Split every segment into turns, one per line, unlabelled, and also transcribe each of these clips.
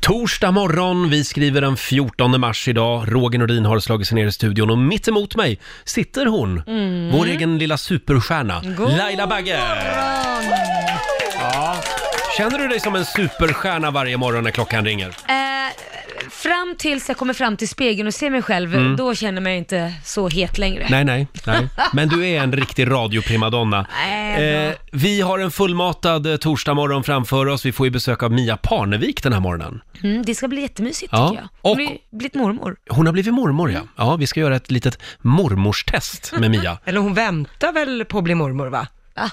torsdag morgon. Vi skriver den 14 mars idag. Roger Nordin har slagit sig ner i studion och mitt emot mig sitter hon,
Mm.
vår egen lilla superstjärna,
God
Laila Bagge.
morgon.
Känner du dig som en superstjärna varje morgon när klockan ringer?
Eh, fram tills jag kommer fram till spegeln och ser mig själv,
Mm.
då känner jag mig inte så het längre.
Nej, nej, nej. Men du är en riktig radioprimadonna.
Nej,
Eh, vi har en fullmatad eh, torsdagmorgon framför oss. Vi får ju besök av Mia Parnevik den här morgonen.
Mm, det ska bli jättemysigt
Ja,
tycker jag.
och-
Hon har ju blivit mormor.
Hon har blivit mormor, ja. Ja, vi ska göra ett litet mormorstest med Mia.
Eller hon väntar väl på att bli mormor va?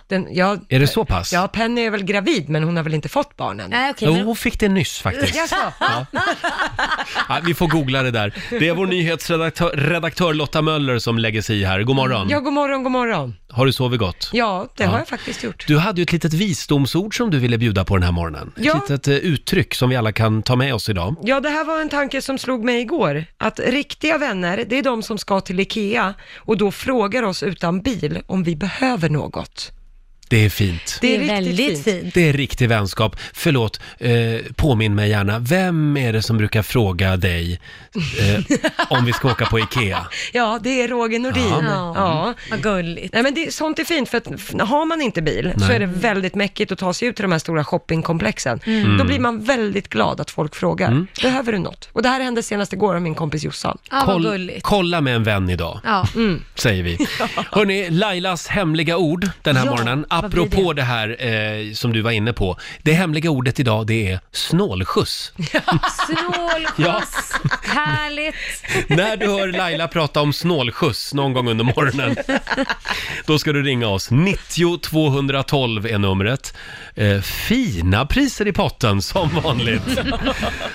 Den, ja,
Är det så pass?
ja, Penny är väl gravid men hon har väl inte fått barnen?
Nej,
Jo, hon fick det nyss faktiskt.
Jaså?
Ja, vi får googla det där. Det är vår nyhetsredaktör redaktör Lotta Möller som lägger sig i här. God morgon.
Ja, god morgon, god morgon.
Har du sovit gott?
Ja, det
Ja.
har jag faktiskt gjort.
Du hade ju ett litet visdomsord som du ville bjuda på den här morgonen. Ett
Ja.
litet eh, uttryck som vi alla kan ta med oss idag.
Ja, det här var en tanke som slog mig igår. Att riktiga vänner, det är de som ska till IKEA och då frågar oss utan bil om vi behöver något.
Det är fint.
Det är Det är riktigt väldigt fint. fint.
Det är riktig vänskap. Förlåt, eh, påminn mig gärna. Vem är det som brukar fråga dig eh, om vi ska åka på Ikea?
Ja, det är Roger Nordin.
Ja,
Ja,
men-
Vad gulligt.
Nej, men det, sånt är fint, för att f- har man inte bil så
Nej.
är det väldigt mäckigt att ta sig ut till de här stora shoppingkomplexen.
Mm.
Då blir man väldigt glad att folk frågar,
Mm.
behöver du något? Och det här hände senast igår av min kompis Jossan. Mm.
Ja, vad
Koll-
gulligt.
kolla med en vän idag.
Ja.
säger vi. Hörni, Lailas hemliga ord den här
Ja,
morgonen,
vad blir
apropå det? här eh, som du var inne på. Det hemliga ordet idag det är snålskjuts.
Snålskjuts, härligt.
När du hör Laila prata om snålskjuts någon gång under morgonen, då ska du ringa oss. 90 212 är numret. Eh, fina priser i potten som vanligt.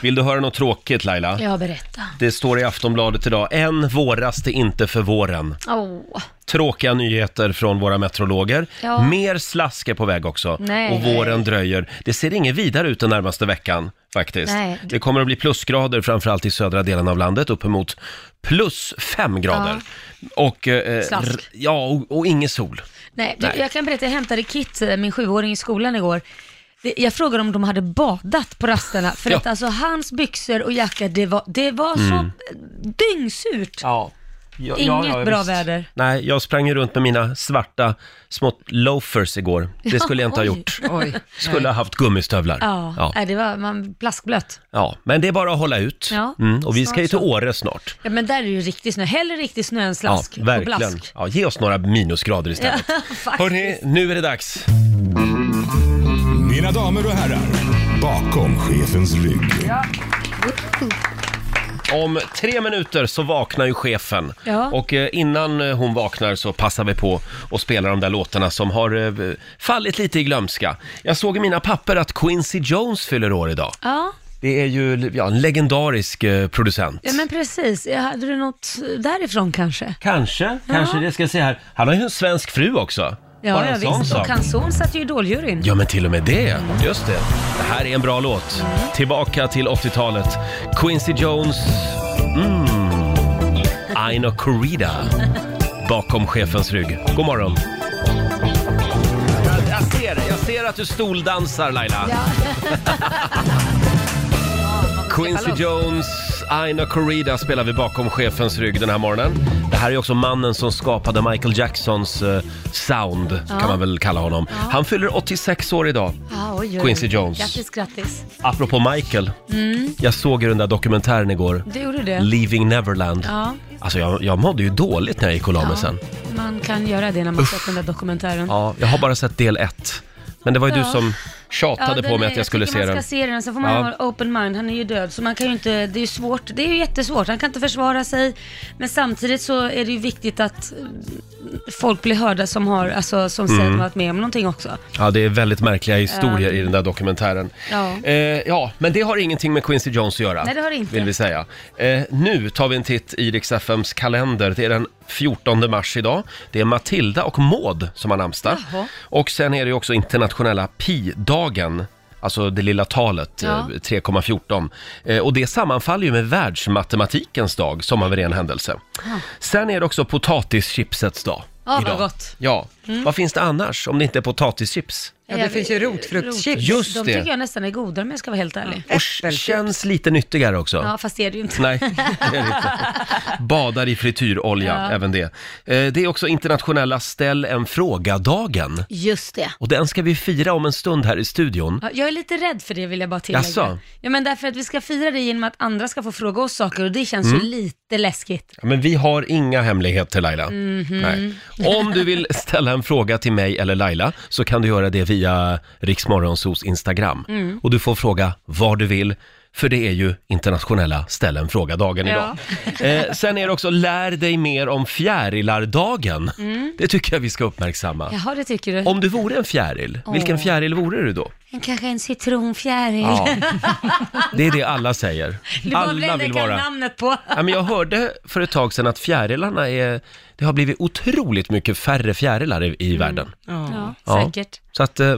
Vill du höra något tråkigt Laila?
Ja, berätta.
Det står i Aftonbladet idag, en våras det inte för våren.
Åh.
Tråkiga nyheter från våra meteorologer.
Ja.
Mer slask är på väg också.
Nej.
Och våren dröjer. Det ser inget vidare ut den närmaste veckan faktiskt.
Nej.
Det kommer att bli plusgrader framförallt i södra delen av landet, uppemot plus fem grader. Och, eh,
Slask.
r- ja, och, och ingen sol.
Nej, du,
Nej.
jag kan berätta, jag hämtade Kit, eh, min sjuåring, i skolan igår. Det- Jag frågade om de hade badat på rasterna, för
Ja.
att alltså hans byxor och jacka, det var, det var
Mm.
så dyngsurt.
Ja,
Inget bra väder.
Nej, jag sprang ju runt med mina svarta små loafers igår. Det skulle jag inte ha
Ja,
gjort.
oj. Oj.
Skulle ha haft gummistövlar.
Ja,
Ja.
Nej, det var man plaskblöt.
Ja, men det är bara att hålla ut.
Ja,
Mm, och vi
snart
ska ju till
så.
Åre snart.
Ja, men där är det ju riktigt snö. Hellre riktigt snö än slask
ja,
och
verkligen.
blask.
Ja, ge oss några minusgrader
Ja,
istället.
faktiskt.
Hörni, nu är det dags.
Mina damer och herrar, bakom chefens rygg.
Om tre minuter så vaknar ju chefen.
Ja.
Och eh, innan eh, hon vaknar så passar vi på att spela de där låtarna som har eh, fallit lite i glömska. Jag såg i mina papper att Quincy Jones fyller år idag.
Ja,
Det är ju ja, en legendarisk eh, producent.
ja, men precis. Ja, Hade du något därifrån kanske?
Kanske, kanske det ska jag säga här. Han har ju en svensk fru också.
Ja,
Bara
ja
en sån
visst.
sak.
Och hans son satt ju i Idoljuryn.
Ja, men till och med det. Just det. Det här är en bra låt. Tillbaka till 80-talet. Quincy Jones. Mm. Aino Corrida. Bakom chefens rygg. God morgon. Jag, jag, ser, jag ser att du stoldansar Laila. Quincy Jones, Aina Corrida spelar vi bakom chefens rygg den här morgonen. Det här är också mannen som skapade Michael Jacksons eh, sound,
Ja.
kan man väl kalla honom. Han fyller 86 år idag.
Ja, oj, oj, oj.
Quincy Jones.
Grattis, grattis.
Apropå Michael,
Mm.
jag såg ju den där dokumentären igår.
Du gjorde det.
Leaving Neverland.
Ja,
Alltså jag, jag mådde ju dåligt när jag gick och la mig
Ja.
sen.
man kan göra det när man sett den där dokumentären.
Ja, jag har bara sett del ett. Men det var ju du
Ja.
som tjatade
den
på
är-
mig att jag skulle
tycker
se
man
den.
ska se den, så får man
Ja.
ha open mind. Han är ju död, så man kan ju inte, det är ju svårt. Det är ju jättesvårt, han kan inte försvara sig. Men samtidigt så är det ju viktigt att eh, folk blir hörda som har, alltså som säger att
Mm.
de har varit med om någonting också.
Ja, det är väldigt märkliga historier
Ja.
i den där dokumentären.
Ja.
Eh, ja, men det har ingenting med Quincy Jones att göra.
Nej, det har det inte.
Vill vi säga. Eh, nu tar vi en titt i Rix FMs kalender. Det är den 14 mars idag. Det är Matilda och Maud som har namnsdag.
Jaha.
Och sen är det ju också internationella pi-dagen. Alltså det lilla talet, eh,
Ja.
3,14. Eh, Och det sammanfaller ju med världsmatematikens dag, som av en ren händelse.
Ja.
Sen är det också potatischipsets dag.
Ja, vad
idag.
gott.
Ja.
Mm.
Vad finns det annars om det inte är potatischips?
Ja, det finns ju rotfruktschips.
Just
de
det.
tycker jag nästan är godare om jag ska vara helt ärlig.
Och k-
Äppelchips.
känns lite nyttigare också.
Ja, fast det är det ju inte.
Nej, det är det inte. Badar i frityrolja,
Ja.
även det. Eh, Det är också internationella ställ en fråga-dagen.
Just det.
Och den ska vi fira om en stund här i studion.
Ja, Jag är lite rädd för det vill jag bara tillägga.
Jaså?
Ja, men därför att vi ska fira det genom att andra ska få fråga oss saker och det känns
Mm.
ju lite läskigt.
Ja, Men vi har inga hemligheter Laila.
Mhm.
Nej. Om du vill ställa en fråga till mig eller Laila så kan du göra det via Riksmorgonsos Instagram.
Mm.
Och du får fråga vad du vill, för det är ju internationella ställ en fråga-dagen idag. Eh, sen är det också lär dig mer om fjärilardagen. Det tycker jag vi ska uppmärksamma.
Mm. Jaha, det tycker du.
Om du vore en fjäril, vilken fjäril vore du då?
En, kanske en citronfjäril.
Ja. Det är det alla säger.
Det var väl
Alla
den
vill
jag kan
vara.
namnet på.
Ja, men jag hörde för ett tag sedan att fjärilarna är... Det har blivit otroligt mycket färre fjärilar i, i världen.
Mm. Ja,
Ja.
säkert.
Så att, eh,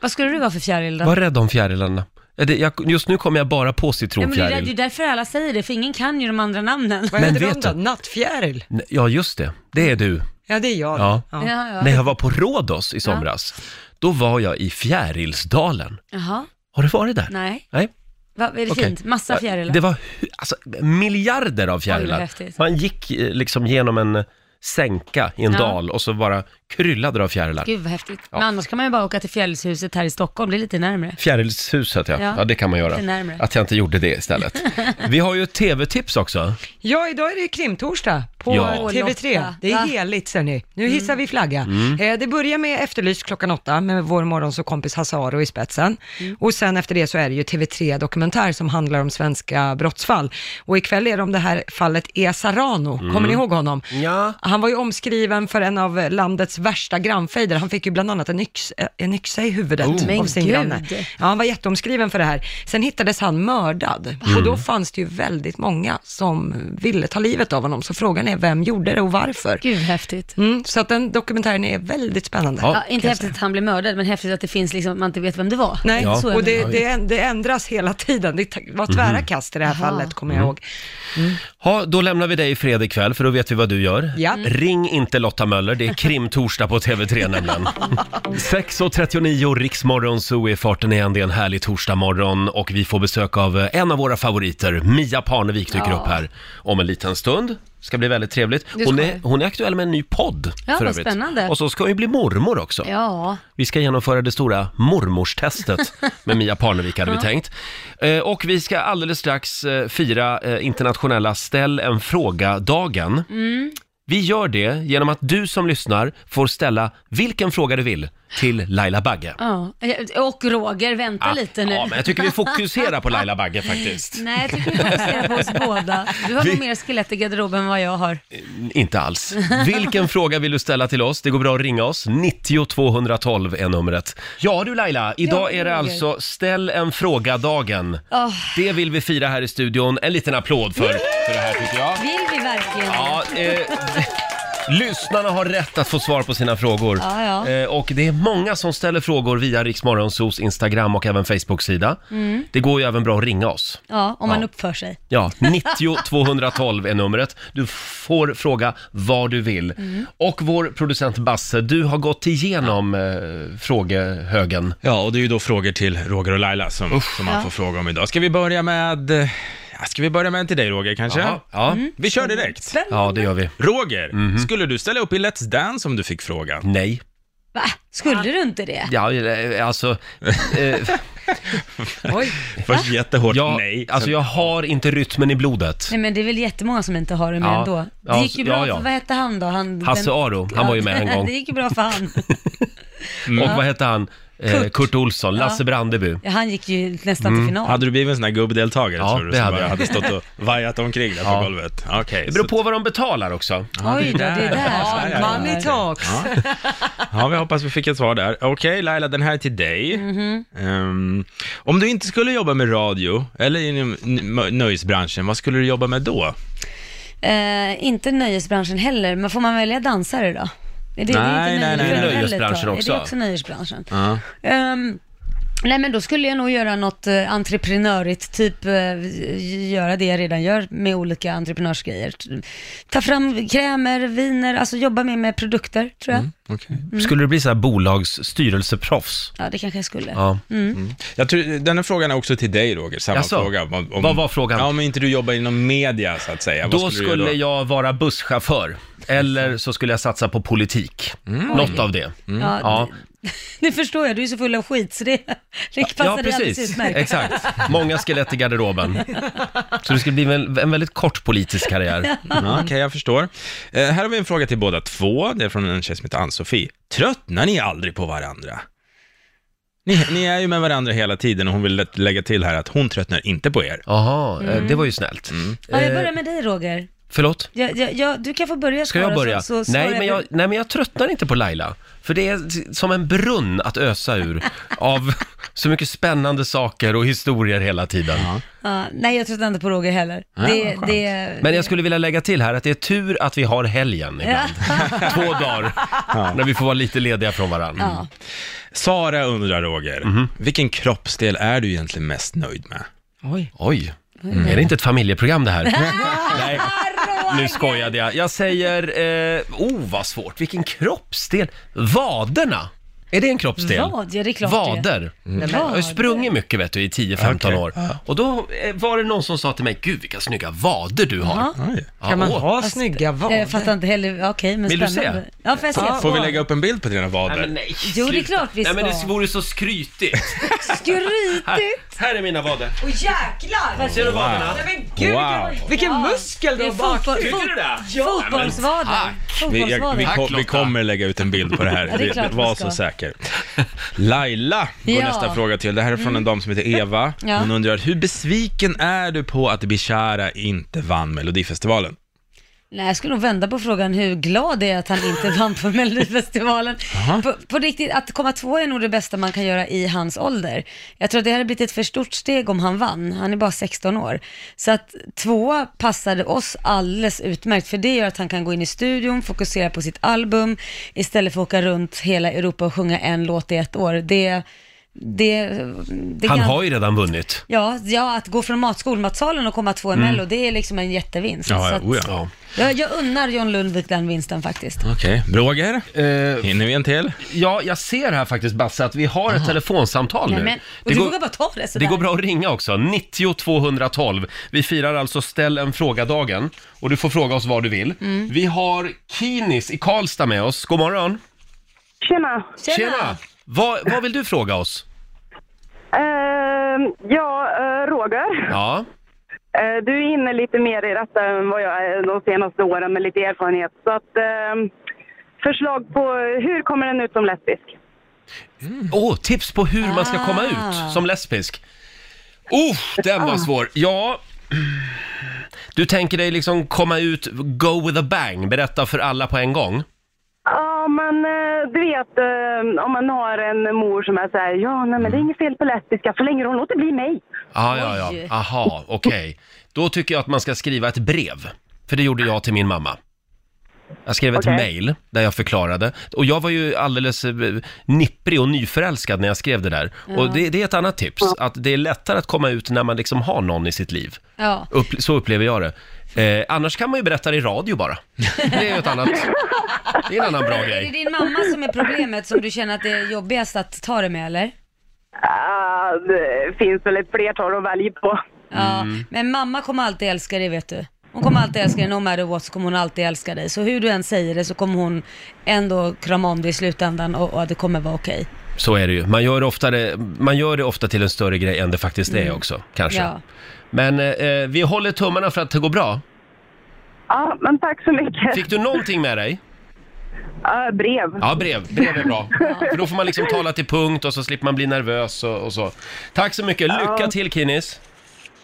Vad skulle du vara för fjäril då?
var rädd om fjärilarna. Eh, det- jag- Just nu kommer jag bara på
Ja, men det är ju
citronfjäril.
därför alla säger det, för ingen kan ju de andra namnen.
Vad
Men
heter de
vet
då?
du-
Nattfjäril?
N- Ja, just det. Det är du.
Ja, det är jag.
Ja.
Ja, ja.
När jag var på Rhodos i somras, då var jag i Fjärilsdalen.
Jaha,
Har du varit där?
nej.
Nej?
Va, är det
Okej.
fint? Massa fjärilar?
Det var hu- alltså, miljarder
Oj,
av
vad
fjärilar.
häftigt.
Man gick eh, liksom genom en sänka i en
Ja.
dal och så bara kryllade det av fjärilar.
Gud vad häftigt. Men annars kan man ju bara åka till Fjärilshuset här i Stockholm, det är lite närmre.
Fjärilshuset ja. ja,
Ja.
det kan man
Lite
göra.
närmare.
Att jag inte gjorde det istället. Vi har ju ett tv-tips också.
Ja, idag är det krimtorsdag på
Ja.
TV3.
Lotta, Mm.
Det är
va?
heligt ser ni. Nu hissar vi flagga.
Mm.
Eh, det börjar med Efterlyst klockan åtta med vår morgonsåkompis Hasse Aro i spetsen.
Mm.
Och sen efter det så är det ju TV3 Dokumentär som handlar om svenska brottsfall. Och ikväll är det om det här fallet Esa Rano.
Mm.
Kommer ni ihåg honom?
Ja.
Han var ju omskriven för en av landets värsta grannfejder. Han fick ju bland annat en, yx, en yxa i huvudet
Oh. Men
av sin
gud.
granne. Ja, han var jätteomskriven för det här. Sen hittades han mördad
Mm.
och då fanns det ju väldigt många som ville ta livet av honom. Så frågan är vem gjorde det och varför?
Gud häftigt.
Mm, så att den dokumentären är väldigt spännande.
Ja.
Ja, inte häftigt att han blev mördad, men häftigt att det finns liksom, att man inte vet vem det var.
Nej,
Ja.
Så är
och
det.
det, det, det ändras hela tiden. Det var tvära
Mhm.
kast i det här fallet, kommer jag
Mm.
ihåg.
Mm. Ha, då lämnar vi dig i fred ikväll för då vet vi vad du gör.
Ja. Mm.
Ring inte Lotta Möller, det är krimtorsdag på TV3 nämligen. 6.39 Riksmorgon så är farten igen, det är en härlig torsdagmorgon och vi får besök av eh, en av våra favoriter, Mia Parnevik dyker upp här om en liten stund. Ska bli väldigt trevligt.
Det
Hon
ska
är,
det.
hon är aktuell med en ny podd
Ja,
för
vad
övrigt.
spännande.
Och så ska hon ju bli mormor också.
Ja,
Vi ska genomföra det stora mormorstestet med Mia Parnevik hade vi tänkt. Eh, Och vi ska alldeles strax eh, fira eh, internationella ställ en fråga-dagen.
Mm.
Vi gör det genom att du som lyssnar får ställa vilken fråga du vill till Laila Bagge.
ja. Och Roger, vänta lite nu.
Ah, Ja, men jag tycker vi fokuserar på Laila Bagge faktiskt.
Nej, jag tycker vi fokuserar på oss båda. Du har nog mer skelett i garderoben än vad jag har.
Inte alls. Vilken fråga vill du ställa till oss? Det går bra att ringa oss. 90 212 är numret. Ja du Laila, idag
Ja,
är det
Roger.
alltså ställ en fråga-dagen.
Åh,
Det vill vi fira här i studion. En liten applåd för, för det här tycker jag.
vill vi verkligen
Ja, eh, lyssnarna har rätt att få svar på sina frågor.
Ja, ja.
Eh, och det är många som ställer frågor via Riksmorgonsos Instagram och även Facebook-sida. Det går ju även bra att ringa oss.
Mm. Ja, om man
Ja.
uppför sig.
Ja, 90 212 är numret. Du får fråga vad du vill.
Mm.
Och vår producent Basse, du har gått igenom eh, frågehögen.
Ja, och det är ju då frågor till Roger och Laila som, som man
Ja.
får fråga om idag. Ska vi börja med... eh, ja, Ska vi börja med en till dig Roger kanske? Mm.
Jaha, ja.
Vi kör direkt.
ja, det gör vi. Mhm.
Roger, skulle du ställa upp i Let's Dance om du fick frågan?
Nej.
Va? Skulle du inte det?
Ja, eh, alltså... Eh,
Oj,
Först jättehårt
Jag,
nej.
alltså
sen-
jag har inte rytmen i blodet.
Nej men det är väl jättemånga som inte har det, men
Ja.
ändå.
Ja,
Det gick ju
ja,
bra
ja.
för, vad hette han då? Han,
Hasse
den-
Aro, han var ju med en
det
gång.
gick ju bra för han. Mm.
Och vad hette han? Eh, Kurt.
Kurt.
Olsson, Lasse Brandeby. Mm.
Ja, han gick ju nästan till final.
Hade du blivit en sån här gubbdeltagare
Ja,
tror du?
det
som
hade
bara
jag.
hade stått och vajat omkring där på golvet? Okej.
Det beror
så-
på vad de betalar också.
Oj då, det är där
Ja,
som
ja, ja.
man
money
är.
talks.
Ja, vi hoppas vi fick ett svar där. Okej Laila, den här är till dig. Ehm, om du inte skulle jobba med radio, eller inom n- nöjesbranschen, vad skulle du jobba med då?
Eh, inte nöjesbranschen heller, men får man välja dansare då? Är det,
Nej, nej, nej,
nöjesbranschen
nej.
heller,
Det är nöjesbranschen
då?
också.
Är det också nöjesbranschen?
Ja.
Ehm, Nej men då skulle jag nog göra något eh, entreprenörigt, typ eh, göra det jag redan gör med olika entreprenörsgrejer. T- Ta fram krämer, viner, alltså jobba mer med produkter tror jag. Mm.
Okej.
Mm. Skulle du bli så här bolagsstyrelseproffs?
Ja det kanske jag skulle. Mm.
Ja. Mm.
Jag tror, den här frågan är också till dig Roger, samma
Jaså?
fråga. Om, om-
Vad var frågan?
Ja, om inte du jobbar inom media så att säga.
Då
vad
skulle,
du göra då?
jag vara busschaufför. Eller så skulle jag satsa på politik.
Mm.
Något av det.
Ja,
Ja.
Det, det förstår jag, du är så full av skit så det, det passar
Ja,
dig alldeles
precis.
utmärkt.
Exakt. Många skelett i garderoben. Så det skulle bli en, en väldigt kort politisk karriär.
Ja, Okej, jag förstår. Eh, här har vi en fråga till båda två. Det är från en tjej som heter Ann-Sofie. Tröttnar ni aldrig på varandra? Ni, ni är ju med varandra hela tiden och hon vill lä- lägga till här att hon tröttnar inte på er. Mm.
Jaha, eh, det var ju snällt.
Ja, jag
Eh,
börjar med dig Roger.
Förlåt?
Jag, jag, jag, du kan få börja
Ska jag
svara,
börja?
Så, så svarar
nej, men jag, nej, men jag tröttnar inte på Laila. För det är som en brunn att ösa ur av så mycket spännande saker och historier hela tiden.
Ja, nej jag tror inte på Roger heller.
Ja,
det,
skönt.
det,
Men jag skulle vilja lägga till här att det är tur att vi har helgen ibland. Två dagar när vi får vara lite lediga från varandra.
ja.
Sara undrar Roger,
Mhm.
vilken kroppsdel är du egentligen mest nöjd med?
Oj.
Oj, Mm. är det inte ett familjeprogram det här? Nej,
Roger!
nu skojade jag. Jag säger, eh, oh vad svårt, vilken kroppsdel? Vaderna! Är det en kroppsdel?
Vad? Ja, det är klart det är. Mm.
Vader. Jag har ju sprungit mycket vet du i 10-15
Okej.
år. Och då eh, var det någon som sa till mig, gud vilka snygga vader du har.
Ja. eh,
Oj.
Ja,
Kan man
åh.
ha snygga
Jag
vader?
fattar inte heller, okej men
Vill du
spännande.
se?
Ja, får jag se?
Får vi lägga upp en bild på dina
Nej, men
vader?
nej,
Jo, det är
sluta.
klart vi
Nej, men
ska.
det vore så skrytigt. Här,
Skrytigt!
här är mina vader.
Åh jäklar!
Ser du vaderna?
Men
Wow.
vilken muskel du
Det är
har bak.
fotboll,
Tycker du det?
fot, fotbollsvaden.
Vi, jag, vi,
Fotbollsvaden.
kom,
Tack,
vi
Lotta.
kommer lägga ut en bild på det här,
Ja, det är klart
Det- var
vi ska.
så säker. Laila går
Ja. Mm.
nästa fråga till. Det här är från en dam som heter Eva.
Ja.
Hon undrar, hur besviken är du på att Bishara inte vann Melodifestivalen?
Nej, jag skulle nog vända på frågan hur glad det är att han inte vann på Melodifestivalen. På, på riktigt, att komma två är nog det bästa man kan göra i hans ålder. Jag tror att det hade blivit ett för stort steg om han vann. Han är bara 16 år. Så att tvåa passade oss alldeles utmärkt, för det gör att han kan gå in i studion, fokusera på sitt album, istället för att åka runt hela Europa och sjunga en låt i ett år. Det, det, det
Han
kan-
har ju redan vunnit.
Ja, ja, att gå från mat, skolmatsalen och komma två i Mello, det är liksom en jättevinst.
Ja,
Så
ja,
att-
oja.
Ja.
jag, jag unnar John Lundvik den vinsten faktiskt.
Okej, Roger, hinner vi en till?
Eh, ja, jag ser här faktiskt Basse att vi har ett telefonsamtal
Nej,
nu.
men, och
det,
du
går,
vågar bara ta Alltså det sådär.
det går bra att ringa också, 90 212. Vi firar alltså ställ en fråga-dagen och du får fråga oss vad du vill.
Mm.
Vi har Kinis i Karlstad med oss, god morgon.
Tjena.
Tjena!
Vad, vad vill du fråga oss?
Ehm, ja, eh, Roger.
Ja,
Eh, du är inne lite mer i detta än vad jag är de senaste åren med lite erfarenhet. Så att, ehm, förslag på hur kommer den ut som lesbisk?
Åh, tips på hur man ska komma
Mm. Ah.
ut som lesbisk. Oh, den var svår. Ja, du tänker dig liksom komma ut, go with a bang, berätta för alla på en gång.
Ja, men eh, du vet eh, om man har en mor som är så här, ja, nej men det är inget fel på lesbiska så länge hon låter bli mig.
Ah, ja,
Oj.
ja, aha, okej. Då tycker jag att man ska skriva ett brev, för det gjorde jag till min mamma. Jag skrev ett
Okej.
mail där jag förklarade. Och jag var ju alldeles eh, nipprig och nyförälskad när jag skrev det där. Och det, det är ett annat tips, att det är lättare att komma ut när man liksom har någon i sitt liv.
Ja.
Upp, så upplever jag det. Eh, annars kan man ju berätta det i radio bara. Det är ju ett annat... Det är en annan bra
Är det
grej.
din mamma som är problemet som du känner att det är jobbigast att ta det med eller?
Ah, det finns väl ett flertal att välja på.
Ja, men mamma kommer alltid älska dig vet du. Hon kommer alltid älska dig, no matter what så kommer hon alltid älska dig. Så hur du än säger det så kommer hon ändå krama om dig i slutändan och, och det kommer vara okej.
Så är det ju. Man gör, oftare, man gör det ofta till en större grej än det faktiskt är också, kanske.
Ja.
Men eh, vi håller tummarna för att det går bra.
Ja, men tack så mycket.
Fick du någonting med dig?
Ja, brev.
Ja, brev. Brev är bra. För då får man liksom tala till punkt och så slipper man bli nervös och, och så. Tack så mycket. Lycka till Kinis.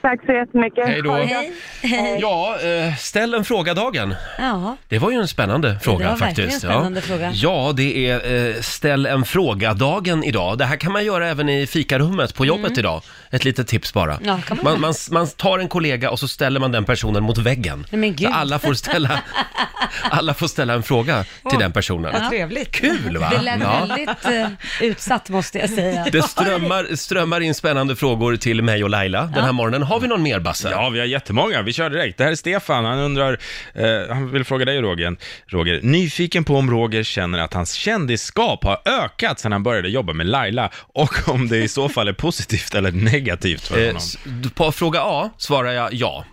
Tack så jättemycket.
Hej då.
Ha det bra.
Hej. Hej.
Ja, eh, ställ en fråga-dagen.
Ja.
Det var ju en spännande fråga
var verkligen
faktiskt.
en spännande
ja.
fråga.
ja, det är eh, ställ en fråga-dagen idag. Det här kan man göra även i fikarummet på jobbet idag. Ett litet tips bara.
Mm. Ja, kan man
man,
göra.
man, man tar en kollega och så ställer man den personen mot väggen.
Nej, men
Så
gud.
alla, får ställa, alla får ställa en fråga till den personen.
Vad trevligt.
Kul va?
Det lät
Ja.
väldigt eh, utsatt måste jag säga.
Det strömmar, strömmar in spännande frågor till mig och Laila den här morgonen. Har vi någon mer Basse?
Ja, vi har jättemånga. Vi kör direkt. Det här är Stefan. Han undrar, eh, han vill fråga dig Roger. Roger. Nyfiken på om Roger känner att hans kändisskap har ökat sedan han började jobba med Laila och om det i så fall är positivt eller negativt för
Eh,
honom.
s- På fråga A svarar jag ja.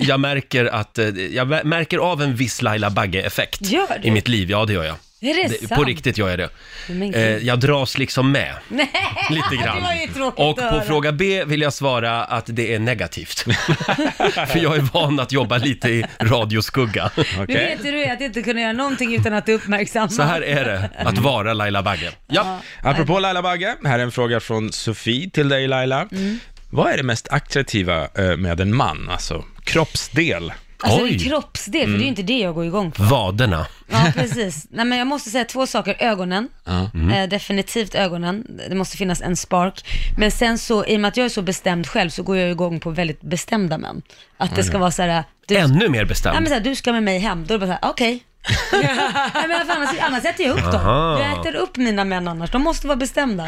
Jag, märker att, eh, jag mär- märker av en viss Laila Bagge-effekt
Gör du?
i mitt liv. Ja, det gör jag.
Är det sant?
på riktigt gör jag det.
Men gud.
Eh, jag dras liksom med.
Nej,
Lite grann.
det var ju tråkigt
och
att
på
höra.
fråga B vill jag svara att det är negativt. För jag är van att jobba lite i radioskugga.
Nu vet ju du att jag inte kunde göra någonting utan att det uppmärksammas.
Så här är det att vara Laila Bagge. Ja,
Apropå Laila Bagge, här är en fråga från Sofie till dig Laila.
Mm.
Vad är det mest attraktiva eh, med en man, alltså kroppsdel?
Alltså det
Oj. Mm.
är kroppsdel, för det är ju inte det jag går igång på.
vaderna.
Ja, precis. Nej, men jag måste säga två saker. Ögonen,
Mm.
eh, definitivt ögonen. Det måste finnas en spark. Men sen så, i och med att jag är så bestämd själv, så går jag igång på väldigt bestämda män. Att det
Mm.
ska vara så här, du,
Ännu mer
ja, men
bestämd.
så här, du ska med mig hem. Då är det bara så här, okej. Nej, men för annars, annars äter jag upp dem.
Aha.
Jag äter upp mina män annars. De måste vara bestämda.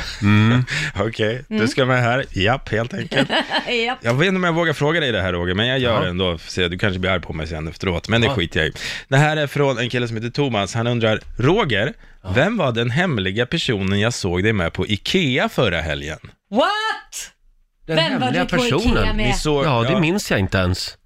Okej,
Mm.
du ska med här. Japp, helt enkelt.
Japp.
Jag vet inte om jag vågar fråga dig det här Roger, men jag gör det ändå. Får se, Du kanske blir arg på mig sen efteråt, men det skiter jag i. Det här är från en kille som heter Thomas. Han undrar, Roger, vem var den hemliga personen jag såg dig med på Ikea förra helgen?
What?
Den
Vem var
hemliga
du på Ikea med?
Ni såg,
Ja, det minns jag inte ens.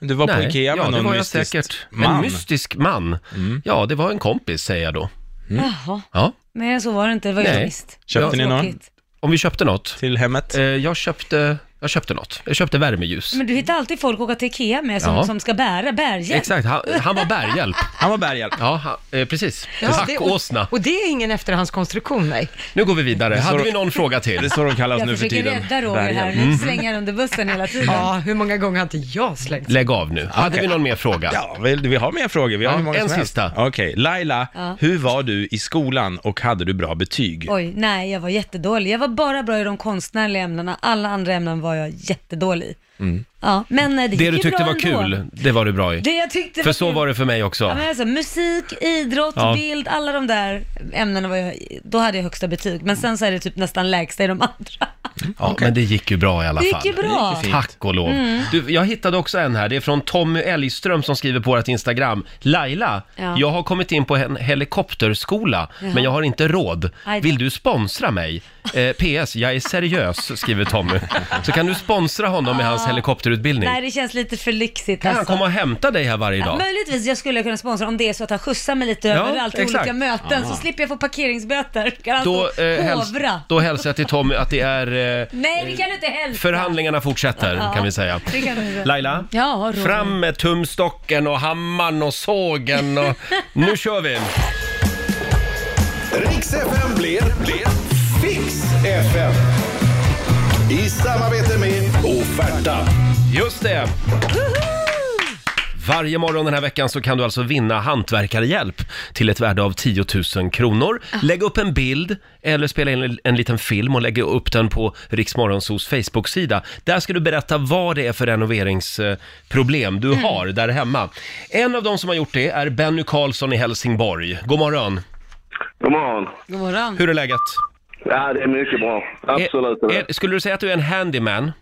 Du var på
Nej,
Ikea med
ja, det
någon
var jag
mystisk
säkert. En
man. Mm.
mystisk man. Ja, det var en kompis säger jag då.
Mm. Jaha,
Ja.
men så var det inte. Det var
Nej.
jag visst.
Köpte ni någon
Tråkigt.
Om vi köpte något.
till hemmet?
Eh, jag, köpte, jag köpte något. Jag köpte värmeljus.
Men du hittar alltid folk att åka till Ikea med som,
Ja.
som ska bära bärhjälp.
Exakt, han, han var bärhjälp.
Han var bärhjälp.
Ja, ha, eh, precis.
Ja, det- och-
Hackåsna.
Och det är ingen efterhandskonstruktion, nej.
Nu går vi vidare. Hade vi någon fråga
Det
till? Mm.
är så de kallas
Jag
nu för
försöker
tiden.
rädda Roger här,
Bärhjälp.
nu slänger han under bussen hela tiden.
Mm. Ja, hur många gånger har inte jag slängt?
Lägg av nu. Hade vi någon mer fråga?
Ja, vi, vi har mer frågor. Vi har
Ja,
hur många
en
som helst.
sista.
Okej, Laila, hur var du i skolan och hade du bra betyg?
Oj, nej jag var jättedålig. Jag var bara bra i de konstnärliga ämnena, alla andra ämnen var jag jättedålig i.
Mm.
Ja, men eh, det,
Det
gick
du
ju
tyckte
bra
var
ändå.
kul, det var du bra i.
Det jag tyckte
För så
kul.
var det för mig
Ja,
också.
men alltså, musik, idrott,
Ja.
bild, alla de där ämnena var jag, då hade jag högsta betyg. Men sen så är det typ nästan lägsta i de andra.
Ja, men det gick ju bra i alla
Det
fall.
gick ju bra. Mm.
fint.
Tack och lov. Du, jag hittade också en här. Det är från Tommy Elgström som skriver på vårt Instagram. Laila,
Ja.
jag har kommit in på en helikopterskola,
Jaha.
men jag har inte råd.
Aj då.
Vill du sponsra mig? Eh, PS, jag är seriös, skriver Tommy. Så kan du sponsra honom med hans helikopterutbildning?
Nej, det känns lite för lyxigt
Kan
alltså.
han komma och hämta dig här varje dag?
Möjligtvis jag skulle kunna sponsra om det är så att han skjutsar mig lite
Ja,
överallt till
exakt.
olika möten så slipper jag få parkeringsböter. Kan han
Då,
få
eh, häls
alltså, hovra?
då hälsar jag till Tommy att det är... Eh,
Nej, det kan du inte hälsa.
förhandlingarna fortsätter,
Ja.
kan vi säga.
Det kan du inte.
Laila,
Ja, Roger.
fram med tumstocken och hammaren och sågen och... Nu kör vi!
Riks FM blir, blir Fix FM. I samarbete med Offerta.
Just det! Varje morgon den här veckan så kan du alltså vinna hantverkarhjälp till ett värde av 10 000 kronor.
Ah.
Lägg upp en bild eller spela in en liten film och lägg upp den på Riksmorgonsos Facebook-sida. Där ska du berätta vad det är för renoveringsproblem
Mm.
du har där hemma. En av de som har gjort det är Benny Karlsson i Helsingborg. God morgon!
God morgon.
God morgon.
Hur är läget?
Ja, det är mycket bra. Absolut.
Är-
det.
är- skulle du säga att du är en handyman?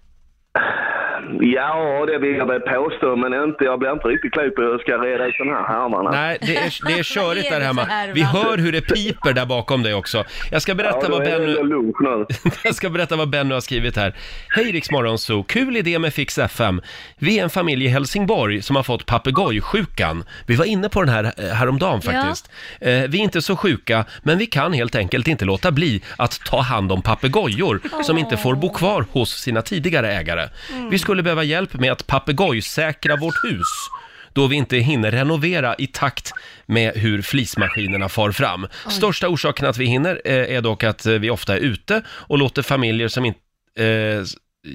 Ja, det vill jag väl påstå, men inte, jag blir inte riktigt klok på hur jag ska reda ut den här härmarna.
Nej, det är, det är körigt
Vad är
där
det
hemma.
för härva?
Vi hör hur det piper där bakom dig också. Jag ska berätta
ja, då
vad
är det
Benny...
ändå lunch nu.
Jag ska berätta vad Benny har skrivit här. Hej Rix Morgonzoo, kul idé med Fix FM. Vi är en familj i Helsingborg som har fått papegojsjukan. Vi var inne på den här eh, häromdagen
Ja.
faktiskt. Eh, Vi är inte så sjuka, men vi kan helt enkelt inte låta bli att ta hand om papegojor som inte får bo kvar hos sina tidigare ägare. Vi skulle behöva hjälp med att papegojsäkra vårt hus då vi inte hinner renovera i takt med hur flismaskinerna far fram. Största orsaken att vi hinner eh, är dock att eh, vi ofta är ute och låter familjer som inte eh,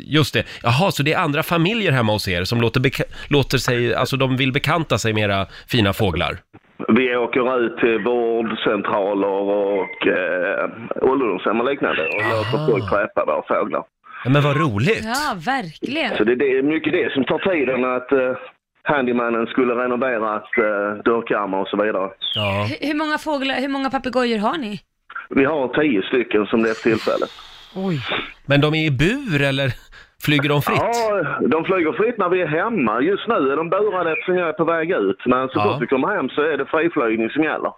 Just det. Jaha, så det är andra familjer hemma hos er som låter, beka- låter sig, alltså de vill bekanta sig med era fina fåglar?
Vi åker ut till vårdcentraler och eh, ålderdomshem och liknande och låter folk träffa våra fåglar.
Ja, men vad roligt!
Ja, verkligen.
Så det, det är mycket det som tar tiden att eh, handymannen skulle renovera eh, dörrkarmar och så vidare.
Ja.
Hur- Hur många fåglar, hur många papegojor har ni?
Vi har tio stycken som det är för tillfället.
Oj.
Men de är i bur eller flyger de fritt?
Ja, de flyger fritt när vi är hemma. Just nu är de burade eftersom jag är på väg ut. Men så
Ja.
fort vi kommer hem så är det friflygning som gäller. Ah.